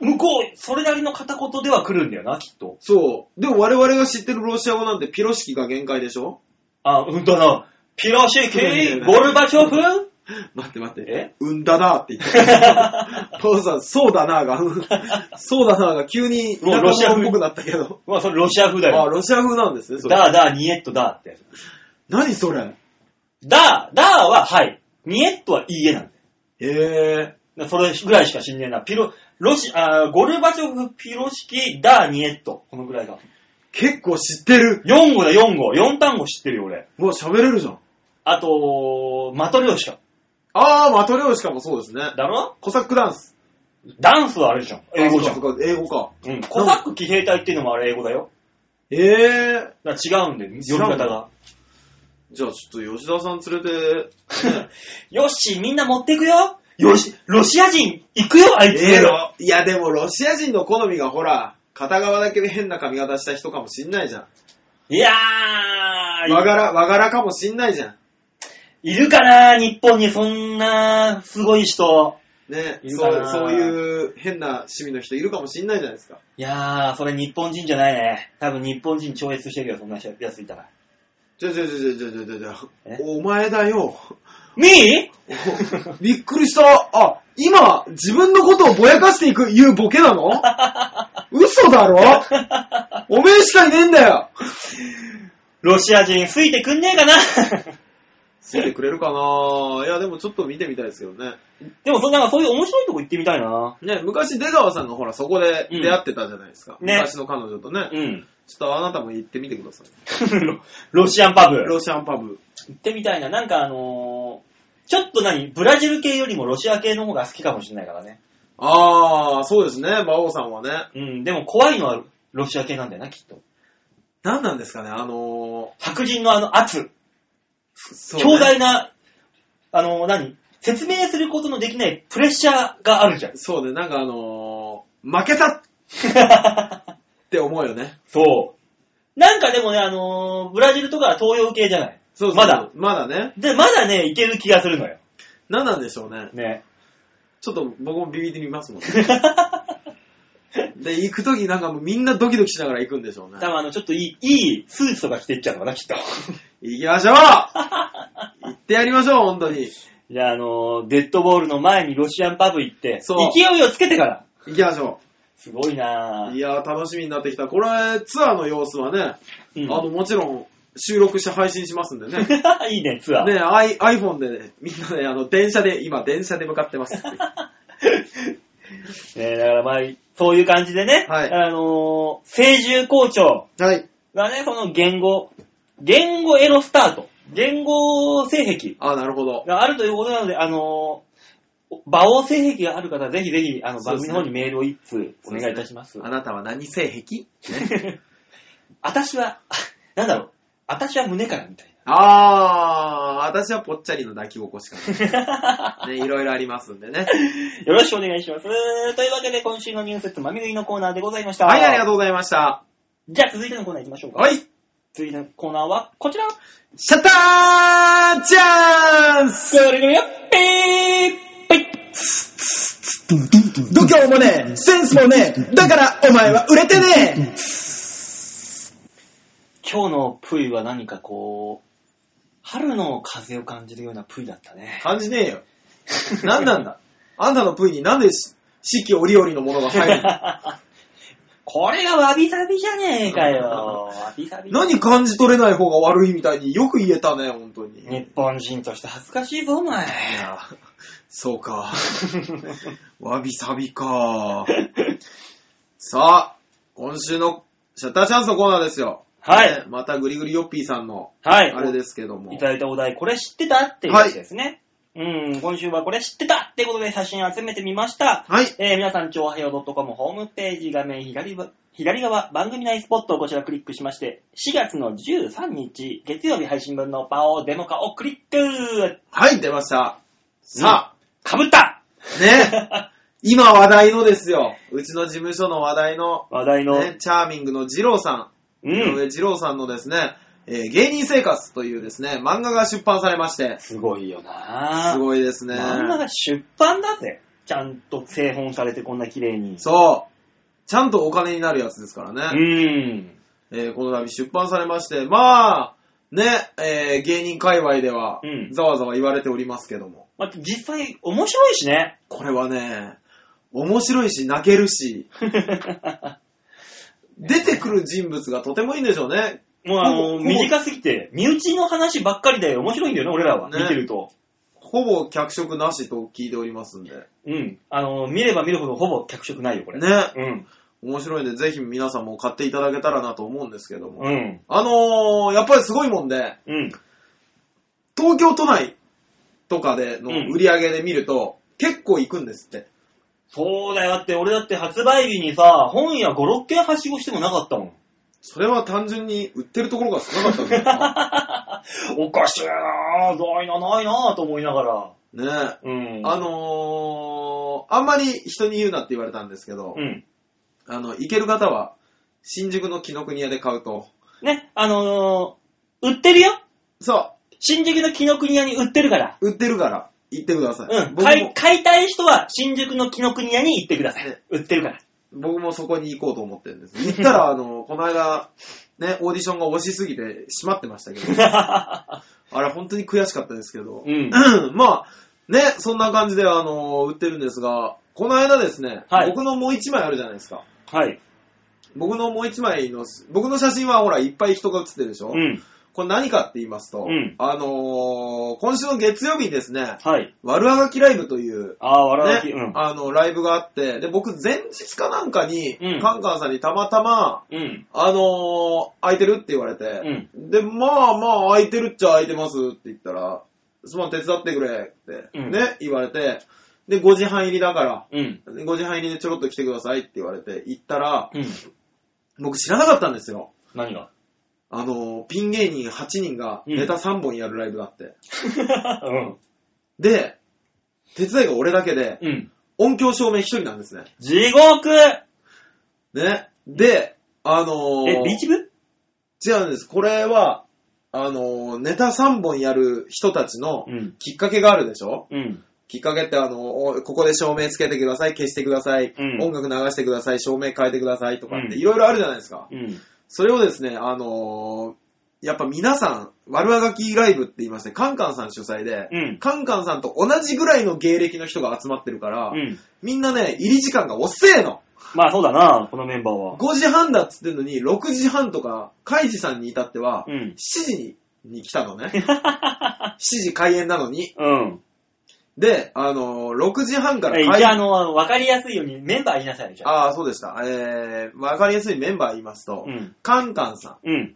う向こう、それなりの片言では来るんだよな、きっと。そう。でも我々が知ってるロシア語なんてピロシキが限界でしょあ、うんだな。ピロシキうー、んゴルバチョフ待って待って。えうんだなーって言って。 [LAUGHS] パウさん、そうだなーが、 [LAUGHS] そうだなーが急に田もうロシア舎風語っぽくなったけど。まあ、それロシア風だあ、よ。ロシア風なんですね、それ。だ、だ、ニエットだってやつ。何それだ、だははい。ニエットはいいえなんだよええだからそれぐらいしか知んねえな。ピロ、ロシ、あーゴルバチョフ、ピロシキ、ダー、ニエット。このぐらいが。結構知ってる。 4語だ、4語。4単語知ってるよ、俺。うわ、喋れるじゃん。あと、マトリョーシカ。あー、マトリョーシカもそうですね。だろコサックダンス。ダンスはあれじゃん。英語じゃあそん。うかそうか英語か。うん。コサック騎兵隊っていうのもあれ英語だよ。えー。だから違うんだよ、読み方が。じゃあちょっと吉田さん連 [LAUGHS] れて、よっし、みんな持ってくよ。よし、ロシア人行くよ、あいつ。ええろいやでもロシア人の好みがほら、片側だけで変な髪型した人かもしんないじゃいやん。ー和、柄、和柄かもしんないじゃん。いるかな、日本にそんな、すごい人。ねいるそかう、なそういう変な趣味の人いるかもしんないじゃないですか。いやー、それ日本人じゃないね。多分日本人超越してるよ、そんな人やついたら。ちょちょちょちょちょちょちょえお前だよ。みーおびっくりした。あ、今、自分のことをぼやかしていく、いうボケな [LAUGHS] の嘘だろおめえしかいねえんだよ。ロシア人、ついてくんねえかな [LAUGHS] ついてくれるかないや、でもちょっと見てみたいですけどね。でもそ、なんかそういう面白いとこ行ってみたいな。ね、昔出川さんがほら、そこで出会ってたじゃないですか。うんね昔の彼女とね。うん。ちょっとあなたも行ってみてください。ロ [LAUGHS] ロシアンパブ。ロシアンパブ。行ってみたいな。なんかあのー、ちょっと何ブラジル系よりもロシア系の方が好きかもしれないからね。あー、そうですね、馬王さんはね。うん、でも怖いのはロシア系なんだよな、きっと。何なんですかね、あの白人のあの圧、ー、そうね強大な、あのー、何説明することのできないプレッシャーがあるじゃん。そうね、なんかあのー、負けたって思うよね。 [LAUGHS] そう。なんかでもね、あのーブラジルとかは東洋系じゃない。そうそうまだ。まだね。で、まだね、いける気がするのよ。何なんでしょうね。 [LAUGHS] ね。ちょっと僕もビビってみますもん、ね。 [LAUGHS] で、行くときなんかもうみんなドキドキしながら行くんでしょうね。多分あの、ちょっといい、いいスーツとか着てっちゃうのかな、きっと。行きましょう行ってやりましょう、本当に。 [LAUGHS] じゃあ、あのーデッドボールの前にロシアンパブ行って、そう勢いをつけてから。行きましょすごいな [LAUGHS] う。ぁい。やー、楽しみになってきた。これ、ツアーの様子はね、うんあの、もちろん、収録して配信しますんで [LAUGHS] ね。ね [LAUGHS] いいね、ツアー。 I、iPhone でね、みんなね、あの、電車で、今、電車で向かってますっていう。ねだからまあ、そういう感じでね、はいあのー、清獣校長 [LAUGHS] はい。がね、その言語、言語エロスタート、言語性癖あ、なるほど。があるということなので、あのー、馬王性癖がある方、ぜひぜひ、あの、そう番です組ねの方にメールを一通お願いいたします。あなたは何性癖 [LAUGHS] 私は、 [LAUGHS] あなんだろう、私は胸からみたいあー、私はぽっちゃりの抱き起こしか [LAUGHS] なね、いろいろありますんで [LAUGHS] ね。な。 [LAUGHS] よろしくお願いします。というわけで、今週のニュースつまみ食いのコーナーでございました。はい、ありがととうございました。う。じゃあ、続いてのコーナー行きましょうか。はい、続いてのコーナーは、こちらシャッターチャンスぐるぐるよピーピッ度胸もねえ、センスもねえ、だからお前は売れてね今日のプイは何かこう、春の風を感じるようなプイだったね。感じねえよ。なんなんだあんたのプイになんでし四季折々のものが入る [LAUGHS] のこれがわびさびじゃねえかよ。わびさび。何感じ取れない方が悪いみたいによく言えたね、本当に。日本人として恥ずかしいぞ、お前。いやそうか。わびさびか。さあ、今週のシャッターチャンスのコーナーですよ。 [LAUGHS] はいねまたグリグリヨッピーさんの、はあい。れですけども。いただいたお題、これ知ってたっていうやつですね。うん、今週はこれ知ってたってことで写真集めてみました。はい。えー皆さん、超はよう .com ホームページ画面左ば左側、番組内スポットをこちらクリックしまして、4月の13日、月曜日配信分のパオデモ化をクリックはい、出ました。さかぶった [LAUGHS] あ、ね。 [LAUGHS] 今話題のですよ。うちの事務所の話題の、話題の、ね、チャーミングの二郎さ、うん井ん、上二郎さんのですね、えー芸人生活というですね、漫画が出版されまして、すごいよなすごいですね。漫画が出版だぜ。ちゃんと製本されてこんな綺麗に。そう。ちゃんとお金になるやつですからね。うん。えーこの度出版されまして、まあ、ね、えー芸人界隈ではうん、ざわざわ言われておりますけども、まあ、実際、面白いしね。 [LAUGHS] これはね、面白いし、泣けるし、出てくる人物がとてもいいんでしょうね。もうほあぼの、短すぎて、身内の話ばっかりで面白いんだよね、俺らは。ね見てると。ほぼ脚色なしと聞いておりますんで。うん。あの、見れば見るほどほぼ脚色ないよ、これ。ね。うん。面白いんで、ぜひ皆さんも買っていただけたらなと思うんですけども。うん。あのー、やっぱりすごいもんで、うん。東京都内とかでのうん売り上げで見ると、結構行くんですって。そうだよ。だって俺だって発売日にさ、本屋5、6軒はしごしてもなかったもん。それは単純に売ってるところが少なかったんだよな。おかしいなぁ、ないな、ないなぁと思いながら。 [LAUGHS] ねえ。うん。あのー、あんまり人に言うなって言われたんですけど、うん。あの、行ける方は、新宿の紀ノ国屋で買うと、ね、あのー、売ってるよそ新宿の紀ノ国屋に売ってるから。う、売ってるから、行ってください。うん。僕買いも、買いたい人は新宿の紀ノ国屋に行ってくださいね。売ってるから。僕もそこに行こうと思ってるんです。行ったら、あ [LAUGHS] の、この間、ね、オーディションが惜しすぎて閉まってましたけ [LAUGHS] ど、 [LAUGHS] あれ本当に悔しかったですけど、うんまあ、ね、そんな感じで、あの、売ってるんですが、この間ですね、はい僕のもう一枚あるじゃないですか。はい。僕のもう一枚の、僕の写真はほら、いっぱい人が写ってるでしょ、うん。これ何かって言いますと、うんあのー今週の月曜日にですね、はい。悪あがきライブという、ああ、笑わき。ねうん。あの、ライブがあって、で、僕前日かなんかに、うんカンカンさんにたまたま、うん。あのー空いてるって言われて、で、まあまあ空いてるっちゃ空いてますって言ったら、すまん手伝ってくれって、うんね、言われて、で、5時半入りだから、うん。 5時半入りでちょろっと来てくださいって言われて、行ったら、うん。僕知らなかったんですよ。何があのーピン芸人8人がネタ3本やるライブだって。うん。で、手伝いが俺だけで、うん。音響照明一人なんですね。地獄え、ね。で、あのービーチ部違うんです。これは、あのーネタ3本やる人たちのうん。きっかけがあるでしょうん。きっかけってあのーおここで照明つけてください、消してください、うん音楽流してください、照明変えてくださいとかってうんいろいろあるじゃないですか。うん。それをですね、あのーやっぱ皆さん、悪あがきライブって言いまして、カンカンさん主催で、うん。カンカンさんと同じぐらいの芸歴の人が集まってるから、うん。みんなね、入り時間が遅えの。まあそうだな、このメンバーは。 5時半だっつってんのに、6時半とか、カイジさんに至っては、うん7。時にに来た [LAUGHS] のね。7時開演なのに。うん。で、あのー6時半からえ、じゃあ、あ開演。の、わかりやすいようにメンバー言いなさいね、じゃあ。ああ、そうでした。えー、わかりやすいメンバー言いますと、うん。カンカンさうん。ん、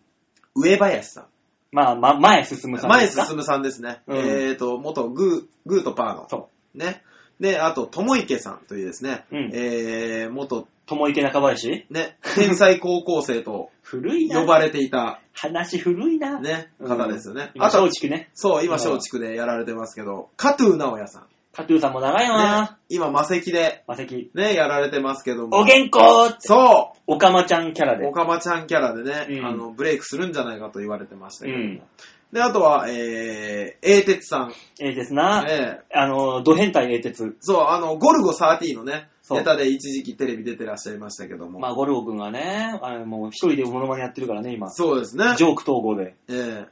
上林さん、まあ、ま、前進むさん前ですか進さんですね。うんえーと、元グー、グーとパーの。そね。で、あと、とも池さんというですね、うんえー、元、ともいけ中林ね、天才高校生と古いな。呼ばれていた、話古いな。ね、うん方ですよね。今、あと松、竹ね。そう、今、松竹でやられてますけど、加藤直哉さん。カトゥーさんも長いねな。、今、魔石で、マセキ。ね、やられてますけども。おげんこそおかまちゃんキャラうでお。かまちゃんキャラでね、うんあの、ブレイクするんじゃないかと言われてましたうけども。ん。で、あとは、えー、英鉄さん。ええですな。えーあの、ド変態ええ鉄。そう、あの、ゴルゴ13のね、そうネタで一時期テレビ出てらっしゃいましたけども。まあ、ゴルゴくんがね、あのもう一人でモノマネやってるからね、今。そうですねジ。ョーク統合で。えー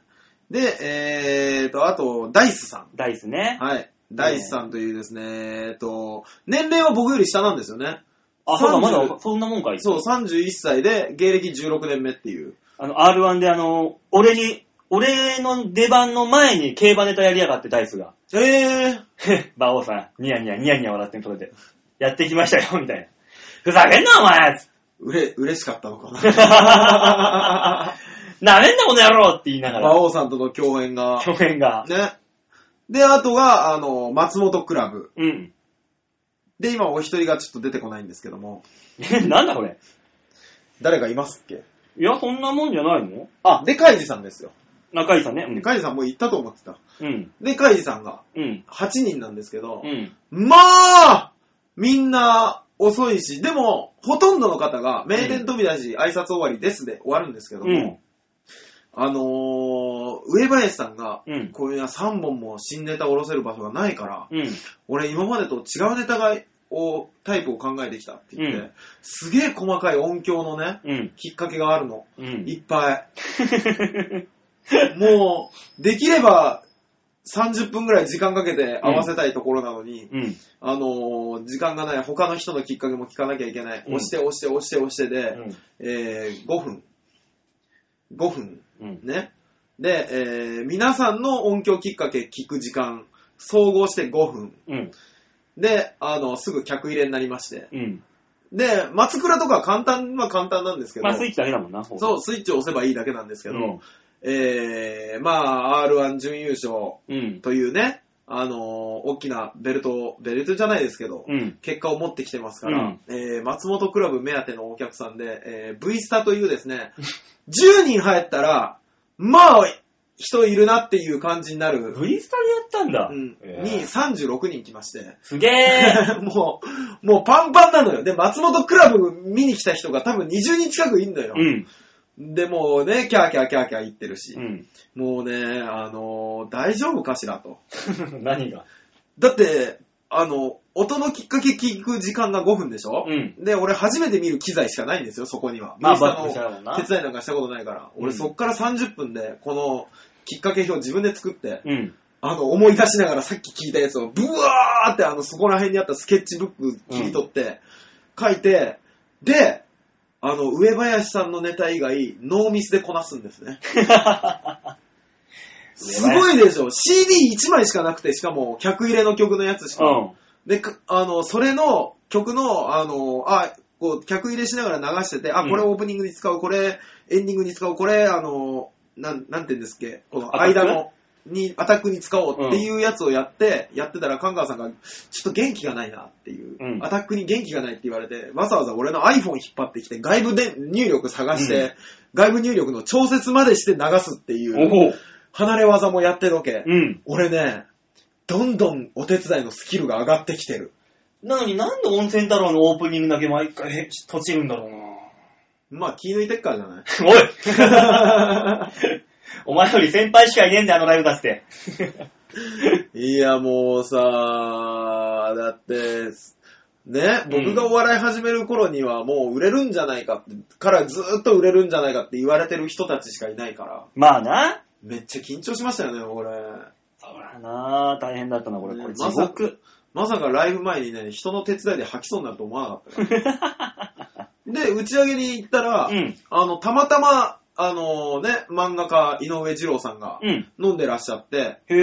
で、えーと、あと、ダイスさん。ダイスね。はい。ダイスさんというですね、えーと、年齢は僕より下なんですよね。あ、そうだ、 30まだ、そんなもんかい。そう、31歳で芸歴16年目っていう。あの、R1 であの、俺に、俺の出番の前に競馬ネタやりやがって、ダイスが。えー、馬王さん、ニヤニヤ、ニヤニヤ笑ってるとこで。やってきましたよ、みたいな。ふざけんな、お前つってうれ、嬉しかったのか [LAUGHS] な。なめんな、この野郎って言いなが馬ら、王さんとの共演が。去年が。ね。で、あとが、あの、松本クラブ。うん。で、今お一人がちょっと出てこないんですけども、えなんだこれ。誰がいますっけいや、そんなもんじゃないのあ、で、カイジさんですよ。中井さんね。で、カイジさんもう行ったと思ってた。うん。うん。で、カイジさんがうん。 8人なんですけどう、ん。まあみんな遅いし、でも、ほとんどの方が、名店飛び出し、挨拶終わりですで終わるんですけども、うん。あのー、上林さんが、うん。こういうな3本も新ネタを下ろせる場所がないから、うん。俺今までと違うネタがをタイプを考えてきたって言って、うんすげえ細かい音響のね、うん。きっかけがあるの。うん。いっぱい。もう、できれば30分ぐらい時間かけて合わせたいところなのに、うん。あのー時間がない、他の人のきっかけも聞かなきゃいけない。うん押して押して押して押してで、うんえー5分。5分。うん。ね。で、えー皆さんの音響きっかけ聞く時間、総合して5分。うん。で、あの、すぐ客入れになりまして。うん。で、松倉とか簡単は簡単なんですけど、まあ、スイッチだけだもんな、そうそう、スイッチを押せばいいだけなんですけけど、ど。えー、まあ、R1 準優勝うん。というね、あのー大きなベルトを、ベルトじゃないですけど、うん。結果を持ってきてますから、うえー松本クラブ目当てのお客さんで、えー V スタというですね、10人入ったら、まあ、人いるなっていう感じになる、フリースタでやったんだ。うん、えーに36人来まして、 [LAUGHS] すげえもう、もうパンパンなのよ。で、松本クラブ見に来た人が多分20人近くいんのよう。ん。で、もうね、キャーキャーキャーキャー言ってるし、うん。もうね、あのー大丈夫かしらと。 [LAUGHS] 何がだって、あの、音のきっかけ聞く時間が5分でしょ、うん。で、俺初めて見る機材しかないんですよ、そこには。まミあ、ニスバタックしただもんなの。手伝いなんかしたことないから。うん俺そっから30分で、このきっかけ表自分で作って、うん。 [LAUGHS] あの、思い出しながらさっき聞いたやつを、ブワーって、あの、そこら辺にあったスケッチブック切り取って、書いて、で、あの、上林さんのネタ以外、ノーミスでこなすんです [LAUGHS] ね。すごいでしょ ?CD1 枚しかなくて、しかも、客入れの曲のやつしうか。ん。で、かあの、それの曲の、あの、あ、こう、客入れしながら流してて、あ、うんこれオープニングに使う、これエンディングに使う、これ、あの、なん、なんて言うんですっけ、このアタック間の、に、アタックに使おうっていうやつをやって、やってたら、カンガーさんが、ちょっと元気がないなっていう、うんアタックに元気がないって言われて、わざわざ俺の iPhone 引っ張ってきて、外部で入力探して、うん外部入力の調節までして流すっていう、おお。離れ技もやってのけ、うん。俺ね、どんどんお手伝いのスキルが上がってきてる。なのになんで温泉太郎のオープニングだけ毎回へ閉じるんだろうなまあ気抜いてっからじゃないおい [LAUGHS] お前より先輩しかいねえんだよ、あのライブだって。いやもうさ、だって、ね、うん僕がお笑い始める頃にはもう売れるんじゃないかって、からずーっと売れるんじゃないかって言われてる人たちしかいないから、 [LAUGHS] まあな。めっちゃ緊張しましたよね、俺。そうだな大変だったな、これ。ねこれま地さ獄。まさかライブ前にね、人の手伝いで吐きそうになると思わなかった [LAUGHS] から。で、打ち上げに行ったら、うん。あの、たまたま、あのね、漫画家、井上二郎さんがうん。飲んでらっしゃって、へ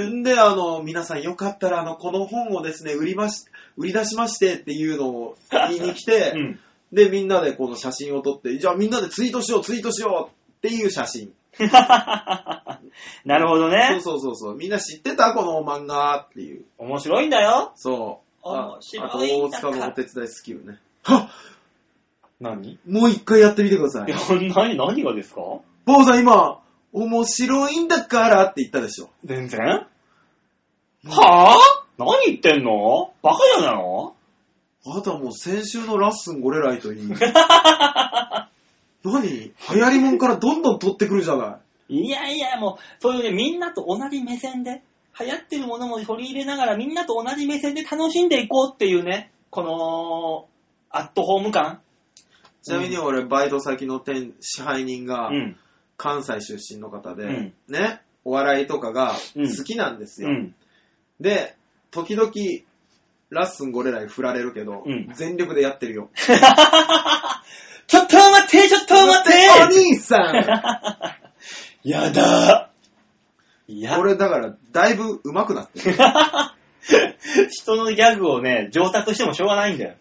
え。んで、あの、皆さんよかったら、あの、この本をですね、売りまし、売り出しましてっていうのを言いに来て、うん。で、みんなでこの写真を撮って、じゃあみんなでツイートしよう、ツイートしようっていう写真。なるほどそうね。そうそうそう。みんな知ってたこの漫画っていう。面白いんだよ。そう。あ面白いあと、大塚のお手伝いスキルね。はっ何いもう一回やってみてくださいや。、何、何がですか坊さん今、面白いんだからって言ったでしょ。全然はぁ何言ってんのバカじゃないのあとはもう先週のラッスンゴレライ [LAUGHS] といい。何流行りもんからどんどん取ってくるじゃない。いやいや、もう、そういうね、みんなと同じ目線で、流行ってるものも取り入れながら、みんなと同じ目線で楽しんでいこうっていうね、この、アットホーム感。ちなみに俺、バイト先の店支配人がうん。関西出身の方で、うんね、お笑いとかがうん好きなんですよ。うん。で、時々、ラッスンゴレライ振られるけど、うん全力でやってるよ。ちょっと待 [LAUGHS] って、ちょっと待おって兄 [LAUGHS] さやだいんや俺だから、だいぶ上手くなってる。人のギャグをね、上達してもしょうがないんだよ。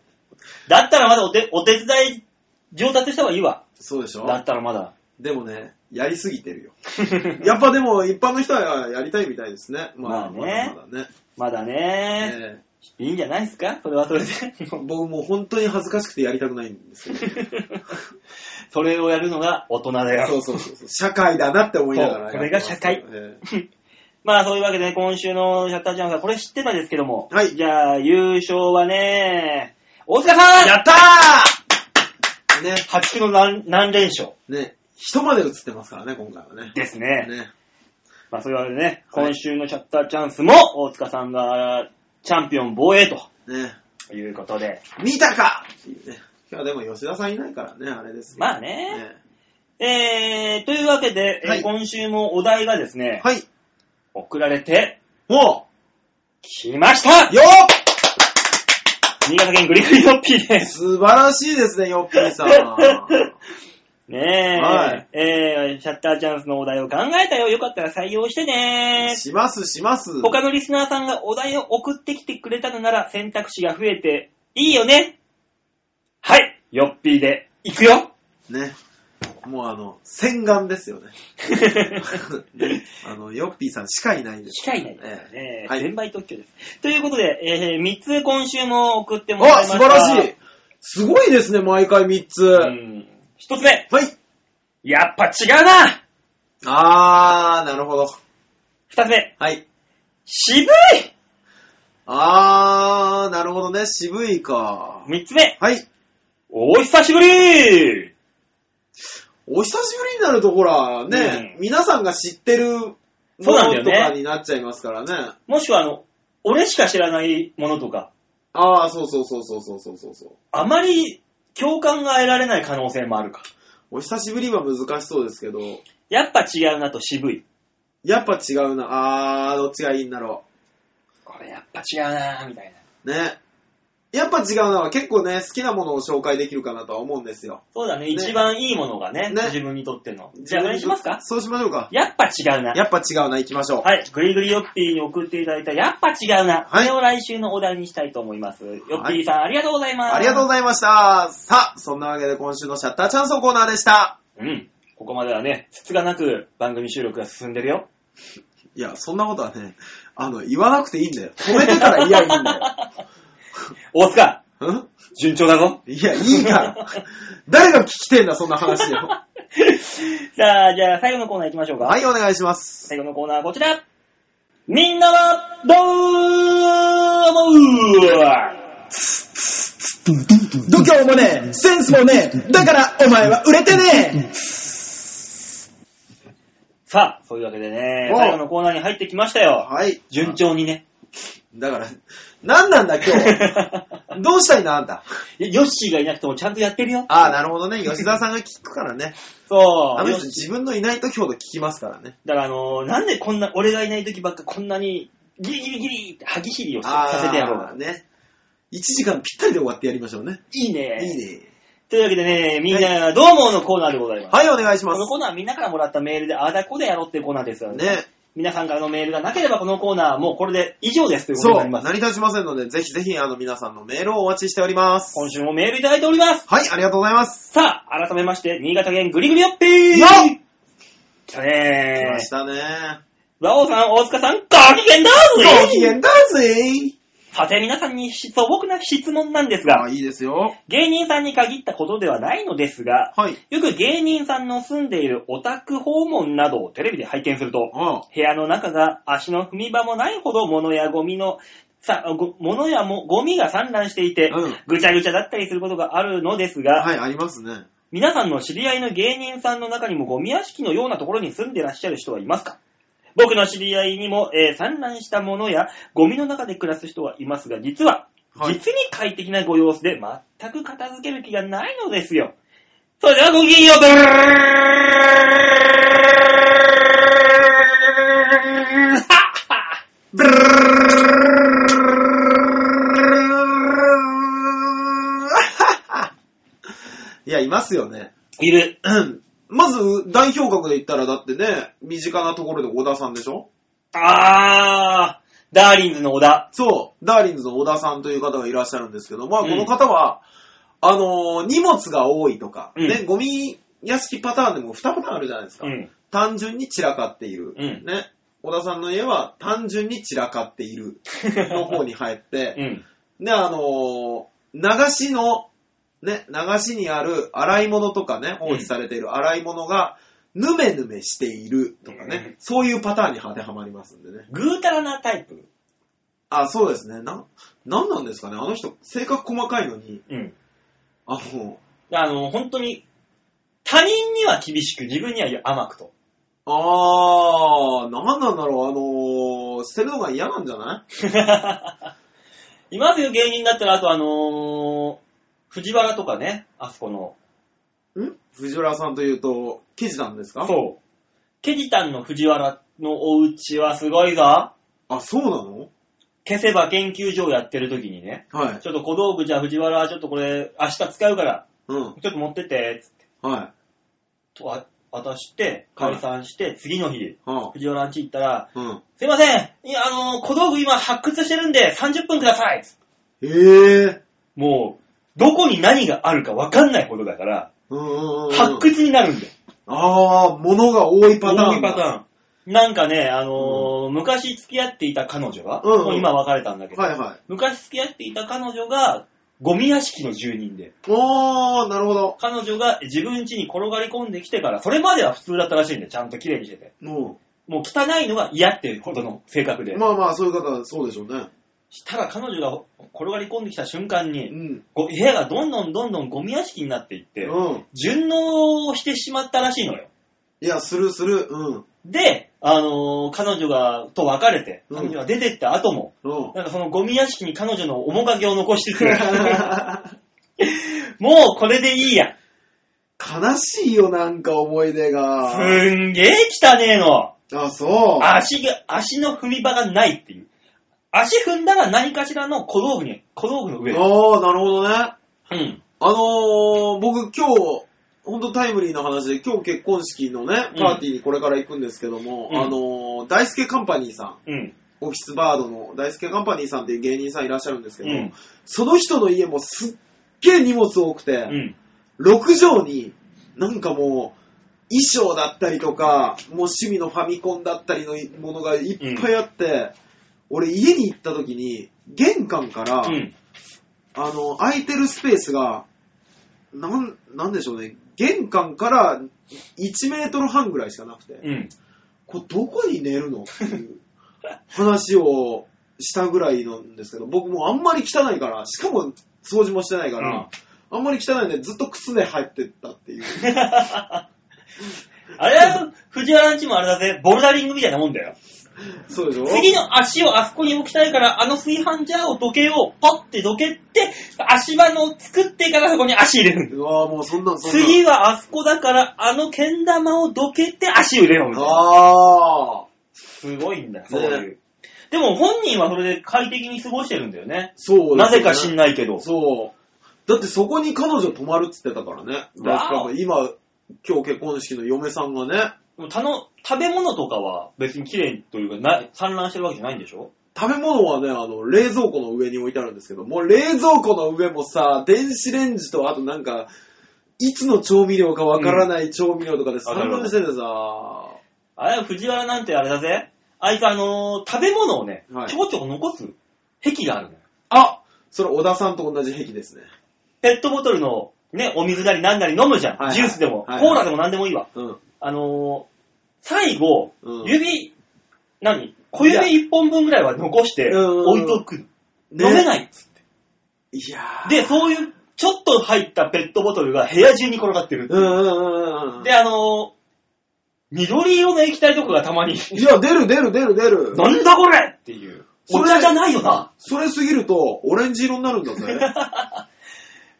だったらまだお手お手伝い上達した方がいいわ。そうでしょだったら [LAUGHS] まだ。でもね、やりすぎてるよ。やっぱでも、一般の人はやりたいみたいですね。まあ、まあねまだまだね。まだね、えいいんじゃないですかそれはそれで。 [LAUGHS] え僕もう本当に恥ずかしくてやりたくないんですけそれをやるのが大人だど。そよ。うそうそうそう。社会だなって思いながらそうこれが社会やってますよねまあそういうわけでね、今週のシャッターチャンスはこれ知ってたんですけども。はいじゃあ、優勝はね、大塚さんやったーね、破竹の何何連勝ね、人まで映ってますからね、今回はね。ですね。ねまあそういうわけでね、はい今週のシャッターチャンスも、大塚さんがチャンピオン防衛とね、いうことで。見たかっていうね。今日はでも吉田さんいないからね、あれですけどまあね。えー、というわけで、えーはい今週もお題がですね、はい。送られてもきましたう、よっ新潟県グリグリのッピーです。素晴らしいですね、よっぴーさん。ねえ、はいえー、シャッターチャンスのお題を考えたよ。よかったら採用して [LAUGHS] ね。します、します。他のリスナーさんがお題を送ってきてくれたのなら選択肢が増えていいよね。よっぴーで、行くよね。もうあの、洗顔です [LAUGHS] よね。あの、ヨッピーさんしかいないんです。機械ないですからえねえ。はい全売特許です。ということで、えー、3つ今週も送ってもらあ、いま素した。晴らしいすごいですね、毎回3つ。うん。1つ目、はい。やっぱ違うなあー、なるほど。 !2 つ目、はい。渋いあー、なるほどね、渋いか。 !3 つ目、はい。お久しぶりお久しぶりになると、ほら、ね、う皆さんが知ってるもそうなんだのよとねかになっちゃいますからね。もしくは、あの、俺しか知らないものとか、ああ、そうそうそうそうそうそうそうそう。あまり共感が得られない可能性もあるか。お久しぶりは難しそうですけど、やっぱ違うなと渋い。やっぱ違うな。あー、どっちがいいんだろこれやっぱ違うなみたいな。う。ね。やっぱ違うのは結構ね、好きなものを紹介できるかなとは思うんですよ。そうだね、ね一番いいものがね、ね自分にとっての。じゃあ、何しますかそうしましょうか。やっぱ違うな。やっぱ違うな、行きましょう。はい、グリグリヨッピーに送っていただいた、やっぱ違うな。はいこれを来週のお題にしたいと思います。ヨッピーさん、ありがとうございます。ありがとうございました。さあ、そんなわけで今週のシャッターチャンスのコーナーでした。うん。ここまではね、つつがなく番組収録が進んでるよ。いや、そんなことはね、あの、言わなくていいんだよ。止めてから言いいん [LAUGHS] だ大塚、よ。ん順調だぞ。いや、いいから。誰が聞きてんだ、そんな話よ。 [LAUGHS] さあ、じゃあ、最後のコーナー行きましょう [LAUGHS] か。はい、お願いします。最後のコーナーはこちら。みんなは、どう思う度胸もねえ、センスもねえ、だからお前は売れてねさあ、そういうわけでね、お最後のコーナーに入ってきましたよ。はい。順調にね。だから、なんなんだ、今日。どうしたいの、あんた。 [LAUGHS] ヨッシーがいなくてもちゃんとやってるよ。ああ、なるほどね。吉田さんが聞くからね。そう。あのヨッ人、自分のいない時ほど聞きますからね。だからあのーなんでこんな、俺がいない時ばっかこんなに、ギリギリギリって歯ぎしりをささせてやろうあーか。ね。1時間ぴったりで終わってやりましょうね。いいね。いいね。というわけでね、みんな、どうものコーナーでございます。はい、お願いしまこのす。コーナーはみんなからもらったメールで、あーだこでやろうっていうコーナーですよね。ね。皆さんからのメールがなければこのコーナーはもうこれで以上ですということそう、になります。成り立ちませんので、ぜひぜひ、あの、皆さんのメールをお待ちしております。今週もメールいただいております。はい、ありがとうございます。さあ、改めまして、新潟県ぐりぐりよっぴーよっ来た来ねましたね。ー。馬王さん、大塚さん、ご機嫌だーご機嫌だぜさて、皆さんに素朴な質問なんですがあ、、いいですよ。芸人さんに限ったことではないのですが、はい。よく芸人さんの住んでいるオタク訪問などをテレビで拝見すると、うん。部屋の中が足の踏み場もないほど物やゴミの、さ、ご物やもゴミが散乱していて、うんぐちゃぐちゃだったりすることがあるのですが、はい、ありますね。 [LAUGHS] 皆さんの知り合いの芸人さんの中にもゴミ屋敷のようなところに住んでらっしゃる人はいますか僕の知り合いにも、えー散乱したものやゴミの中で暮らす人はいますが、実は、はい実に快適なご様子で全く片付ける気がないのですよ。それではごきげんようブルーはっはブルーいや、いますよね。いる。うんまず、代表格で言ったら、だってね、身近なところで小田さんでしょあー、ダーリンズの小田。そう、ダーリンズの小田さんという方がいらっしゃるんですけど、まあ、この方は、あのー荷物が多いとか、うんね、ゴミ屋敷パターンでも2パターンあるじゃないですか。うん。単純に散らかっている。うんね。小田さんの家は単純に散らかっているの方に入っう [LAUGHS] て、ん。で、あのー流しの、ね、流しにある洗い物とかね、放置されている洗い物が、ぬめぬめしているとかうんね、そういうパターンに当てはまりますんでね。ぐうたらなタイプ。あ、そうですね。な、なんなんですかね。あの人、性格細かいのに、うん。あの、あの、本当に、他人には厳しく、自分には甘くと。あー、なんなんだろう、あのー、捨てるのが嫌なんじゃないいますよ、芸人だったら、あとあのー、藤原とかね、あそこの。ん藤原さんというと、記事なんですかそう。ケジタンの藤原のお家はすごいぞ。あ、そうなの消せば研究所をやってる時にね、はい。ちょっと小道具じゃあ藤原、ちょっとこれ明日使うから、うん。ちょっと持ってって、つってはとあ渡して、解散して、次の日、い。は藤原んち行ったら、あ、うん。すいません、いや、あのー小道具今発掘してるんで30分くださいつってええもう、どこに何があるか分かんないことだから、うんうんうん。発掘になるんだよ。ああ、物が多いパターン。多いパターン。なんかね、あのー昔付き合っていた彼女が、うんうんもう今別れたんだけど、はいはい。昔付き合っていた彼女が、ゴミ屋敷の住人で、おー、なるほど。彼女が自分家に転がり込んできてから、それまでは普通だったらしいんだよ。ちゃんと綺麗にしてて。うん。もう汚いのが嫌っていうほどの性格で。まあまあ、そういう方、そうでしょうね。したら彼女が転がり込んできた瞬間うに、ん。ご部屋がどんどんどんどんゴミ屋敷になっていって、うん。順応してしまったらしいのよ。いや、するする。うん。で、あのー彼女が、と別れて、うん彼女が出てった後も、うん。 [LAUGHS] なんかそのゴミ屋敷に彼女の面影を残してくる。もうこれでいいや。悲しいよ、なんか思い出すが。んげえ汚ねえの。あ、そう。足が、足の踏み場がないっていう。足踏んだら何かしらの小道具に、小道具の上。ああ、なるほどね。あうん。のー、僕今日、ほんとタイムリーな話で、今日結婚式のね、パーティーにこれから行くんですけども、うんあのー、大輔カンパニーさん、うん。オフィスバードの大輔カンパニーさんっていう芸人さんいらっしゃるんですけうど、ん。その人の家もすっげえ荷物多くて、うん。 6畳に、なんかもう、衣装だったりとか、もう趣味のファミコンだったりのものがいっぱいあって、俺家に行った時に、玄関から、うん。あの、空いてるスペースが、なん、なんでしょうね、玄関から1メートル半ぐらいしかなくて、うん。これどこに寝るのっていう話をしたぐらいなんですけど、僕もうあんまり汚いから、しかも掃除もしてないから、あんまり汚いんで、ずっと靴で入ってったっていう。あれは、藤原んちもあれだぜ、ボルダリングみたいなもんだよ。そうでしょ次の足をあそこに置きたいから、あの炊飯ジャーを時計をパッてどけて、足場のを作ってからそこに足入れる。うわぁ、もうそんなんそんなん。次はあそこだから、あの剣玉をどけて足を入れようみたいな。ああ、すごいんだよ、ねそういう。でも本人はそれで快適に過ごしてるんだよね。そうですねなぜか知んないけど。そう。だってそこに彼女泊まるっつってたからね。わお今、今日結婚式の嫁さんがね、でもたの食べ物とかは別に綺麗というかな、散乱してるわけじゃないんでしょ食べ物はね、あの、冷蔵庫の上に置いてあるんですけど、もう冷蔵庫の上もさ、電子レンジとあとなんか、いつの調味料かわからない調味料とかで散乱しててさ、あれ、藤原なんてあれだぜ。あいつあのー食べ物をね、はいちょこちょこ残す癖があるのよ。あそれ小田さんと同じ癖ですね。ペットボトルのね、お水なりなんなり飲むじゃん。はいはいジュースでも、はいはいコーラでもなんでもいいわ。うん。あのー最後、うん指、何小指一本分ぐらいは残して、うん置いとく。ね飲めないっつって。いやー。で、そういう、ちょっと入ったペットボトルが部屋中に転がってる。うんうんうんうんうん。で、あのー緑色の液体とかがたまに、いや、出る出る出る出る。なんだこれっていう。そおれ茶じゃないよな。それすぎると、オレンジ色になるんだ [LAUGHS] ぜ。だか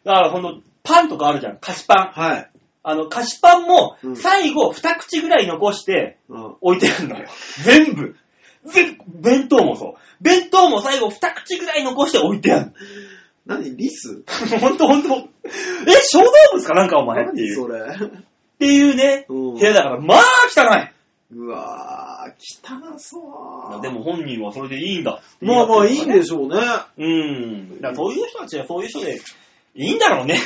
らほんと、パンとかあるじゃん。菓子パン。はい。あの、菓子パンもう、ん最後、二口ぐらい残して、うん。置いてあるのよ。全部。全弁当もそう。弁当も最後二口ぐらい残して置いてある。 [LAUGHS] 何リスほんとほんと。え、小動物かなんかお前って何いう。っそれ。ていうね、うん部屋だから、まあ汚うわー、汚そう。い。で、も本人はそれでいいんだ。まあまあいいんでししょうね。ょ。うん。だからそういう人たちはそういう人で、いいんだろ [LAUGHS] うね。ね。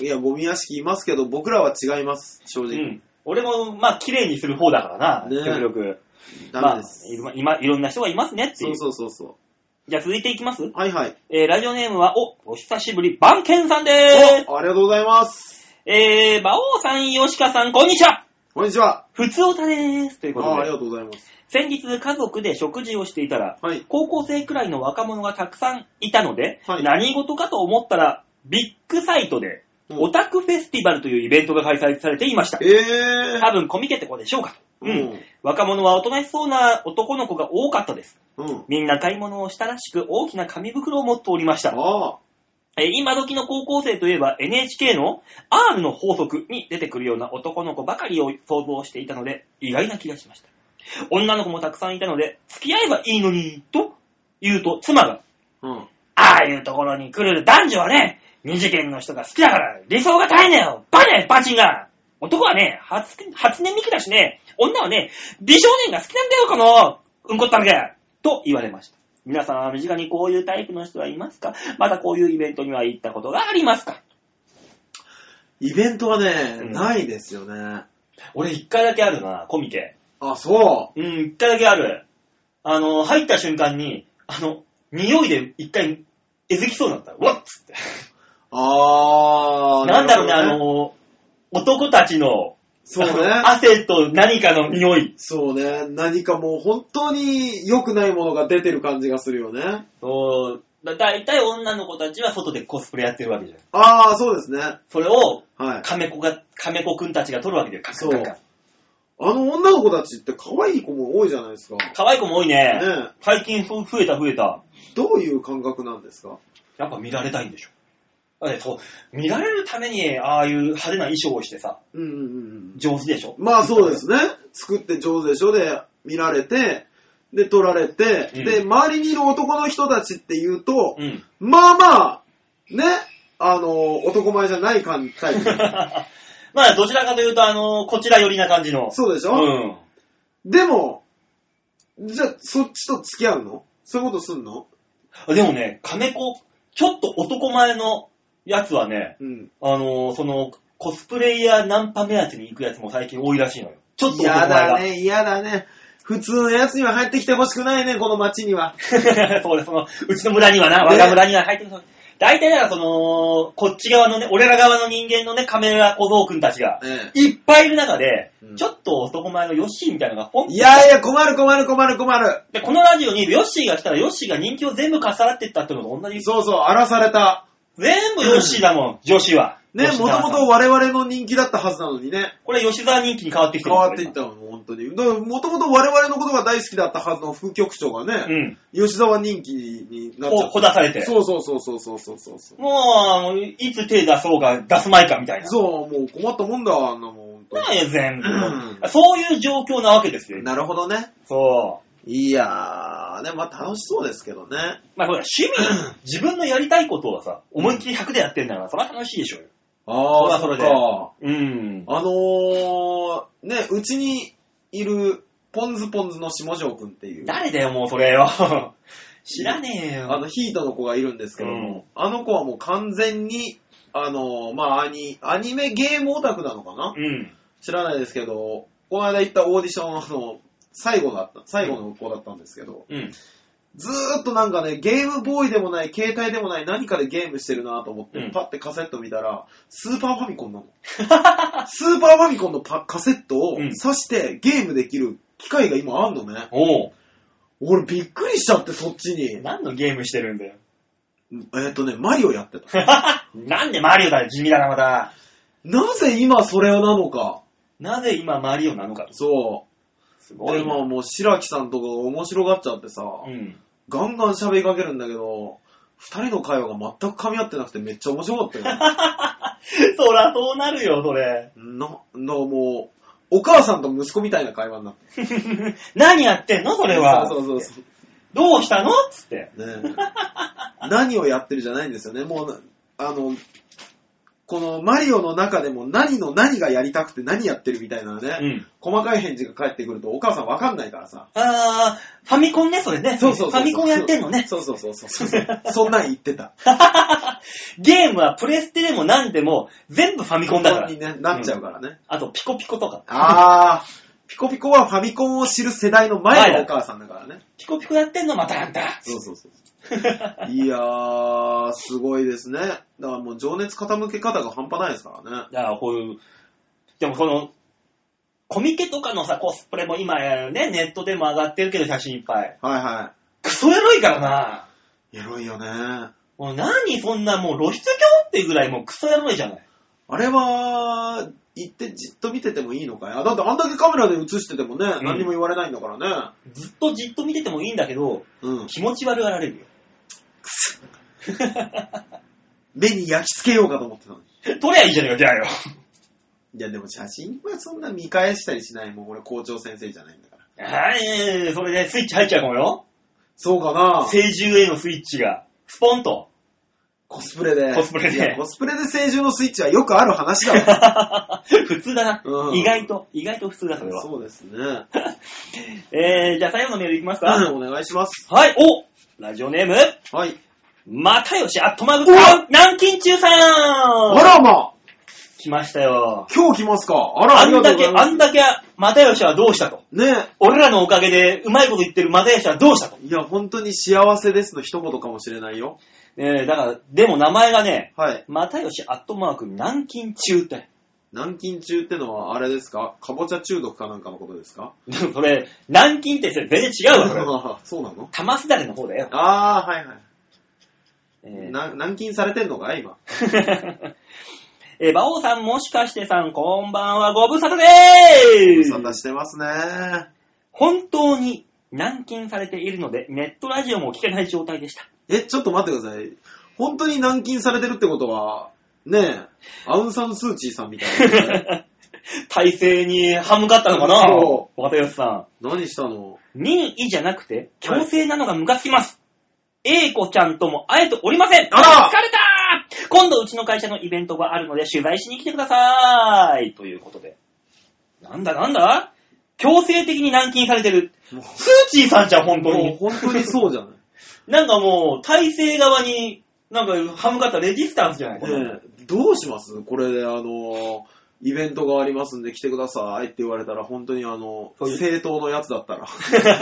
いや、ゴミ屋敷いますけど、僕らは違います、正う直。ん。俺も、まあ、綺麗にする方だからな、ね極力。ダメです。まあ、今、いろんな人がいますねってい。そううそうそうそじゃあ続いていきますう。はいはい。えー、ラジオネームは、お、お久しぶり、バンケンさんでーす。おありがとうございます。えー、馬王さん、吉川さん、こんにちはこんにちは。普通おたでーすというこああとりで、がとうございます。先日家族で食事をしていたら、はい。高校生くらいの若者がたくさんいたので、はい何事かと思ったら、ビッグサイトで、うんオタクフェスティバルというイベントが開催されていました。ええ多分コミケってことでしょうか。ー。うん。若者はおとなしそうな男の子が多かったです。うん。うん。みんな買い物をしたらしく大きな紙袋を持っておりました。ああ。えー今時の高校生といえば NHK の R の法則に出てくるような男の子ばかりを想像していたので意外な気がしました。女の子もたくさんいたので付き合えばいいのにと言うと妻がうん。ああいうところに来る男女はね二次元の人が好きだから理想が絶えねえよバネバチンが男はね初初音ミクだしね女はね美少年が好きなんだよこのうんこったらけと言われました。皆さんは身近にこういうタイプの人はいますかまたこういうイベントには行ったことがありますかイベントはね、うんないですよね。俺一回だけあるな、コミケ。あ、そうん、一回だけある。あの、入った瞬間に、あの、匂いで一回、えずきそうになった。わっつって。う。あー。なんだろうね、なあるほどの、男たちの、そうね [LAUGHS] あの汗と何かの匂い。そうね。何かもう本当に良くないものが出てる感じがするよね。そうだ大体女の子たちは外でコスプレやってるわけじゃん。あー、そうですね。それを、はい。亀子が、亀子くんたちが撮るわけだよ。カッカッカッカあの女の子たちって可愛い子も多いじゃないですか。ね可愛い子も多いね。え最近ふ増えた増えた。どういう感覚なんですかやっぱ見られたいんでしょ。だってそう、見られるために、ああいう派手な衣装をしてさ、うんうんうん。上手でしょ。まあそうですね。作って上手でしょで、見られて、で、撮られて、うんで、周りにいる男の人たちって言うと、うん。 [LAUGHS] まあまあ、ね、あの、男前じゃない感 [LAUGHS] じタイプ。まあ、どちらかというと、あの、こちら寄りな感じの。そうでしょ、うん。でも、じゃあ、そっちと付き合うのそういうことすんのあでもね、亀子、ちょっと男前のやつはね、うん。あのーその、コスプレイヤーナンパ目当てに行くやつも最近多いらしいのよ。ちょっと男嫌前だが。ね、嫌だね。普通のやつには入ってきてほしくないね、この街には。 [LAUGHS] そうです、その、うちの村にはな、我が村には入ってくる。大体だからその、こっち側のね、俺ら側の人間のね、カメラ小僧くんたちが、えいっぱいいる中で、うんちょっと男前のヨッシーみたいなのがポンっえいてやいや、困る困る困る困る。で、このラジオにヨッシーが来たらヨッシーが人気を全部かっさらっていったってのと同じ。そうそう、荒らされた。全部ヨッシーだもん、女子は。ね、吉も沢とさんもと。我々の人気だったはずなのにね。これ吉沢人気に変わってきて変るわっていったの、本当に。もともと我々のことが大好きだったはずの副局長がうね、ん。吉沢人気になっちゃこっこ出されてた。。そうそうそうそうそうそうそう。もう、いつ手出そうか、出すまいかみたいな。そう、もう困ったもんだわ、あんなもん。本当になんや、全部、うんそういう状況なわけですよ。なるほどね。そいやー、ね、まあ楽しそうですけどね。う。まあ、ほら、趣 [CLEARS THROAT] 味、自分のやりたいことはさ、思いっきり100でやってんだから、それは楽しいでしょうよ。あそれはそれでうん。あのー、ね、うちにいる、ポンズポンズの下条くんっていう、誰だよ、もうそれよ。 [LAUGHS] 知らねえあよ。の、ヒートの子がいるんですけどうんも、あの子はもう完全に、あのー、まあ、アニ、アニメゲームオタクなのかなうん。知らないですけど、この間行ったオーディションあの、最後だった、最後の子だったんですけど、うん。ずーっとなんかね、ゲームボーイでもない、携帯でもない、何かでゲームしてるなと思って、うんパッてカセット見たら、スーパーファミコ [LAUGHS] ンなの。スーパーファミコンのパカセットをうん挿してゲームできる機械が今あんのね。おう。俺びっくりしちゃって、そっちに。何のゲームしてるんだよ。えっとね、マリオやってた。なんでマリオだよ、地味だな、また。なぜ今それなのか。なぜ今マリオなのか。そすう。ごでいな。ももう白木さんとかが面白がっちゃってさ、うん。 [LAUGHS] ガンガン喋りかけるんだけど、二人の会話が全く噛み合ってなくてめっちゃ面白かったよ。 [LAUGHS] そら、そうなるよ、それ。 [LAUGHS] な、な、もう、お母さんと息子みたいな会話になって。何やってんの、それは。そうそうそうどうしたのつって。そう。ねえ何をやってるじゃないんですよね。もう、あの、このマリオの中でも何の何がやりたくて何やってるみたいなね、うん。細かい返事が返ってくるとお母さんわかんないからさ。あー、ファミコンね、それね。そうそうそうそうファミコンやってんのね。そうそうそうそうそう。そんなん言ってた。ゲームはプレステでも何でも、全部ファミコンだからに、。ね、なっちゃうからね。あと、ピコピコとか。あー、ピコピコはファミコンを知る世代の前のお母さんだからね。ピコピコやってんの、またあんた。そうそうそう。いやー、すごいですね。だからもう情熱傾け方が半端ないですからね。だからこういう、でもその、コミケとかのさ、コスプレも今ね、ネットでも上がってるけど写真いっぱい。はいはクソエロいからな。い。エロいよね。あもう何そんなもう露出狂っていうぐらいもうクソエロいじゃない。れは、行ってじっと見ててもいいのかいあ、だってあんだけカメラで映しててもね、ん何にも言われないんだからね。ずっとじっと見ててもいいんだけど、うん。気持ち悪がられるよ。目に焼き付けようかと思ってたのに。撮りゃいいじゃねえか、じゃあよ。いや、でも写真はそんな見返したりしないもん。俺校長先生じゃないんだから。はい、それでスイッチ入っちゃうかもよ。そうかな成獣へのスイッチが。スポンと。 [LAUGHS] コスプレで。コスプレでいやコスプレで成獣のスイッチはよくある話だ [LAUGHS] わ。普通だな。うん意外と、意外と普通だ、それは。そうですね。えー、じゃあ最後のメールいきますか。お願いします。はい、おラジオネーム、はい。またよし、アットマグうわ、南京中さあんらま来ましたよ。今日来ますかあら、あありんがとだうごけ、ざいまあす。んだけ、またよしはどうしたと。ね俺らのおかげで、うまいこと言ってるまたよしはどうしたと。いや、本当に幸せですの一言かもしれないよ。えー、だから、でも名前がね、はい。またよし、アットマーク、南京中って。軟禁中ってのは、あれですかかぼちゃ中毒かなんかのことです [LAUGHS] か [LAUGHS] それ、南京って全然違うわ、それ。あーそうなの玉すだれの方だよ。ああ、はいはい。えーな軟禁されてんのか [LAUGHS] 今。 [LAUGHS] えー、馬王さん、もしかしてさん、こんばんは、ご無沙汰でごー沙汰すしてますね。本当に軟禁されているので、ネットラジオも聞けない状態でした。え、ちょっと待ってください。本当に軟禁されてるってことは、ねえ、アウンサンスーチーさんみた [LAUGHS] いな、ね。体制に歯向かったのかなそ渡吉さ何したのん。任意じゃなくて、強制なのがムカつきます。A 子ちゃんとも会えておりませんあら疲れた今度うちの会社のイベントがあるので取材しに来てくださいということで。なんだなんだ強制的に軟禁されてる。もうスーチーさんじゃん、本当もうに。本当にそうじ [LAUGHS] ゃない。なんかもう、体制側に、なんか、歯向かったレジスタンスじゃないこれねえ、どうしますこれで、あの、イベントがありますんで来てくださいって言われたら、本当にあの、そういう正当のやつだったら。[LAUGHS]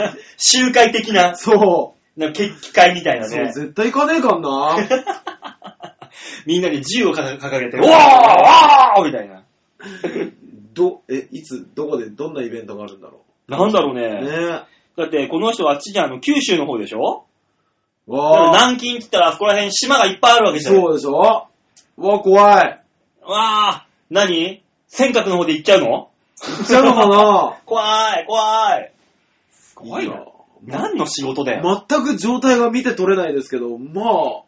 [LAUGHS] 集会的な、そ。なんか、決起会みたいうなそう、ね。絶対行かねえかんな。みんなで銃を掲げて、おーおーみたいな。ど、え、いつ、どこで、どんなイベントがあるんだろなんだろう。うね。ねだって、この人はあっちじゃんあの、九州の方でしょえ。だからわあ、南京って言ったら、あそこら辺島がいっぱいあるわけじゃん。そうでしょわあ、怖い。わー、何尖閣の方で行っちゃうの行っちゃうのかな怖い、怖い。すごいいな。や何の仕事だよ。全く状態が見て取れないですけど、まあ、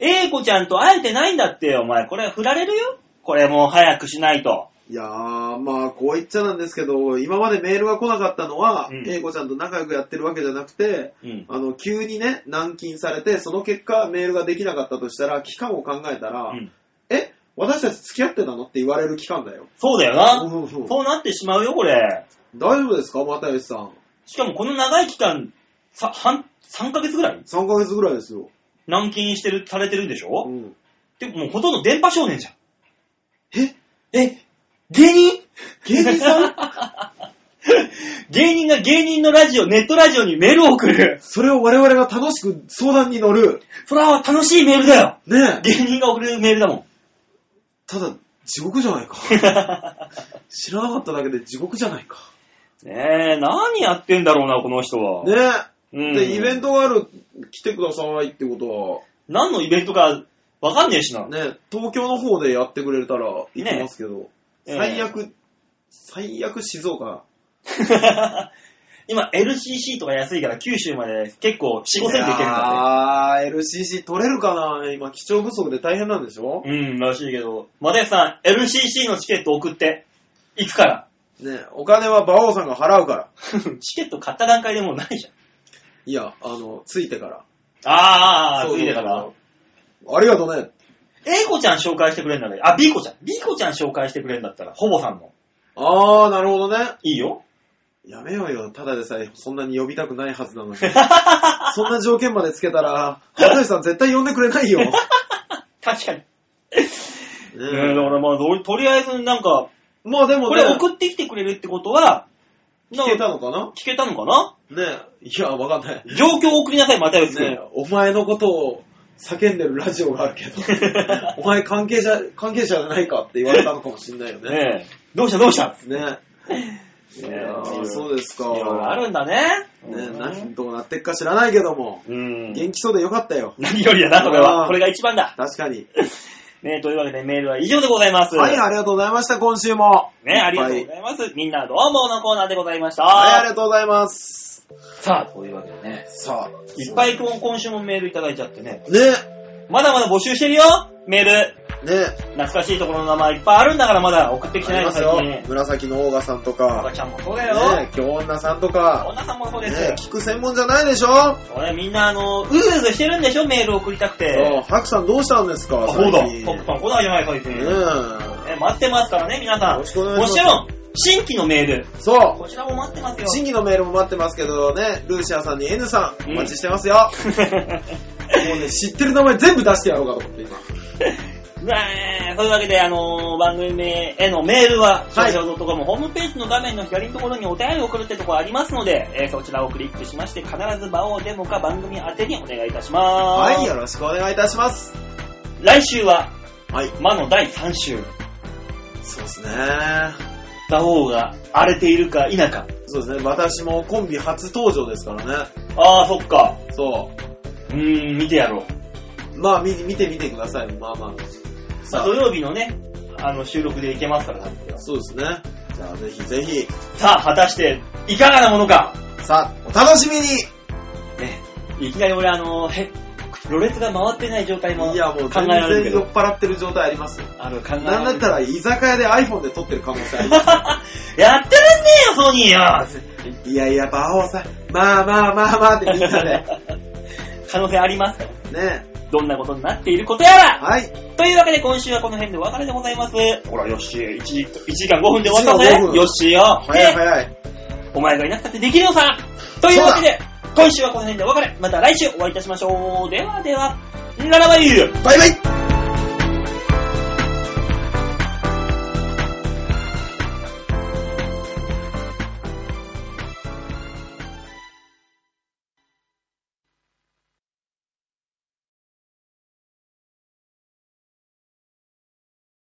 英子ちゃんと会えてないんだってよ、お前。これ、振られるよこれもう早くしないと。いやー、まあ、こう言っちゃなんですけど、今までメールが来なかったのは、うん英子ちゃんと仲良くやってるわけじゃなくて、うん。あの、急にね、軟禁されて、その結果、メールができなかったとしたら、期間を考えたら、うんえ、私たち付き合ってたのって言われる期間だよ。そうだよな。そうそうそうそうなってしまうよ、これ。大丈夫ですか又吉さん。しかもこの長い期間、さ、半、3ヶ月ぐらい3ヶ月ぐらいですよ。軟禁してる、されてるんでしうょんで、もうほとんど電波少年じゃん。ええ、芸人 [LAUGHS] 芸人 [LAUGHS] さん芸人が芸人のラジオ、ネットラジオにメールを送る。それを我々が楽しく相談に乗る。それは楽しいメールだよ。ねえ。芸人が送るメー [LAUGHS] ルだもん。ただ、地獄じゃ [LAUGHS] ないか。知らなかっただけで地獄じゃないか。ねえ、何やってんだろうな、この人は。ねうえ。んで、イベントがある、来てくださいってこ何のイベントかわかんねえしなとは、。ね、東京の方でやってくれたら行きますけど、ええ最悪、最悪静岡。 [LAUGHS] 今 LCC とか安いから九州まで結構4、5千で行けるんだあー、LCC 取れるかな今、基調不足で大変なんでしょね。うん、らしいけど。マテさん、LCC のチケット送って。行 [LAUGHS] くから。ねお金は馬王さんが払うから。チケット買った段階でもうないじゃん。いや、あの、ついてから。あーあー、そうそつうそういてから。ありがとうね。 A 子ちゃん紹介してくれんだね。あ、B 子ちゃん。B 子ちゃん紹介してくれんだったら、ほぼさんも。あー、なるほどね。いいよ。やめようよ。ただでさえ、そんなに呼びたくないはずなのに。 [LAUGHS] そんな条件までつけたら、畑さん絶対呼んでくれ [LAUGHS] ないよ。ね確かに。ええーだからまあ、どうとりあえずなんか、まあでもこね、れ送ってきてくれるってことは、聞けたのかな聞けたのかなねえ。いや、わかんない。状況を送りなさい、またよしねえ、お前のことを叫んでるラジオがあるけど、 [LAUGHS] お前関係者、関係者じゃないかって言われたのかもしんないよね。ねえ。どうしたどうしたねえ。いねえやーそうですか。いろいろあるんだね。ねえ、何、どうなってっか知らないけども、うん。元気そうでよかったよ。何よりだな、これあーは。これが一番だ。確かに。ねというわけでメールは以上でございます。はい、ありがとうございました、今週も。ねありがとうごはざいます。みんなどうものコーナーでございました。はい、ありがとうございます。さあ、というわけでね。さあ、いっぱい今今週もメールいただいちゃってね。ね、まだまだ募集してるよメール。ね、懐かしいところの名前いっぱいあるんだからまだ送ってきてあないりのます最よ。近。紫のオーガさんとおばか、ちゃんもそうだよ。ね、京女さんとか、女さんもそうです。ね、聞く専門じゃないでしょ俺みんなあの、うずうずしてるんでしょメール送りたくそう、て。ハクさんどうしたんですかあそうだ。最近トップさん来ないじゃない最近。ねえね、待ってますからね、皆さん。よろしくお願いしまもすちろん、新規のメール。そう。こちらも待ってますよ。新規のメールも待ってますけどね、ルーシアさんに N さん、うおん待ちしてます [LAUGHS] よ。もうね、知ってる名前全部出してやろうかと思って今。ねえ、そういうわけで、あのー番組へのメールは、ははいい、ドットコムホームページの画面の左のところにお便りを送るってところありますので、えーそちらをクリックしまして、必ず場をデモか番組宛てにお願いいたします。はい、よろしくお願いいたします。来週は、はい、魔の第3週、そうですね。馬王が荒れているか否か。そうですね、私もコンビ初登場ですからね。ああ、そっか。そうーん、見てやろう。う。まあ、見見てみてください。まあまあ。まさあ、あ土、曜日のね、あの、収録でいけますから、多分そうですね。じゃあ、ぜひぜひ、さあ、果たして、いかがなものか。さあ、お楽しみにね、いきなり俺、あのー、へ、ろれつが回ってない状態も考いえや、もう全られるけ然酔どっ。払ってる状態ありますよ。あの、考えなんだったら居酒屋で iPhone で撮ってる可能性あります。やってらんねえよ、ソニーよ [LAUGHS] いやいや、馬王さん、まあまあまあまあってみんな [LAUGHS] で。 [LAUGHS] 可能性ありますからねどんなことになっていることやらはい。というわけで今週はこの辺でお別れでございます。ほら、よっしー、1時 ,1 時間5分で終わった一時ぜ間五分よっしーよ早いね早い。お前がいなくたってできるのさというわけで、今週はこの辺でお別れまた来週お会いいたしましょうではでは、ならばいいよバイバイ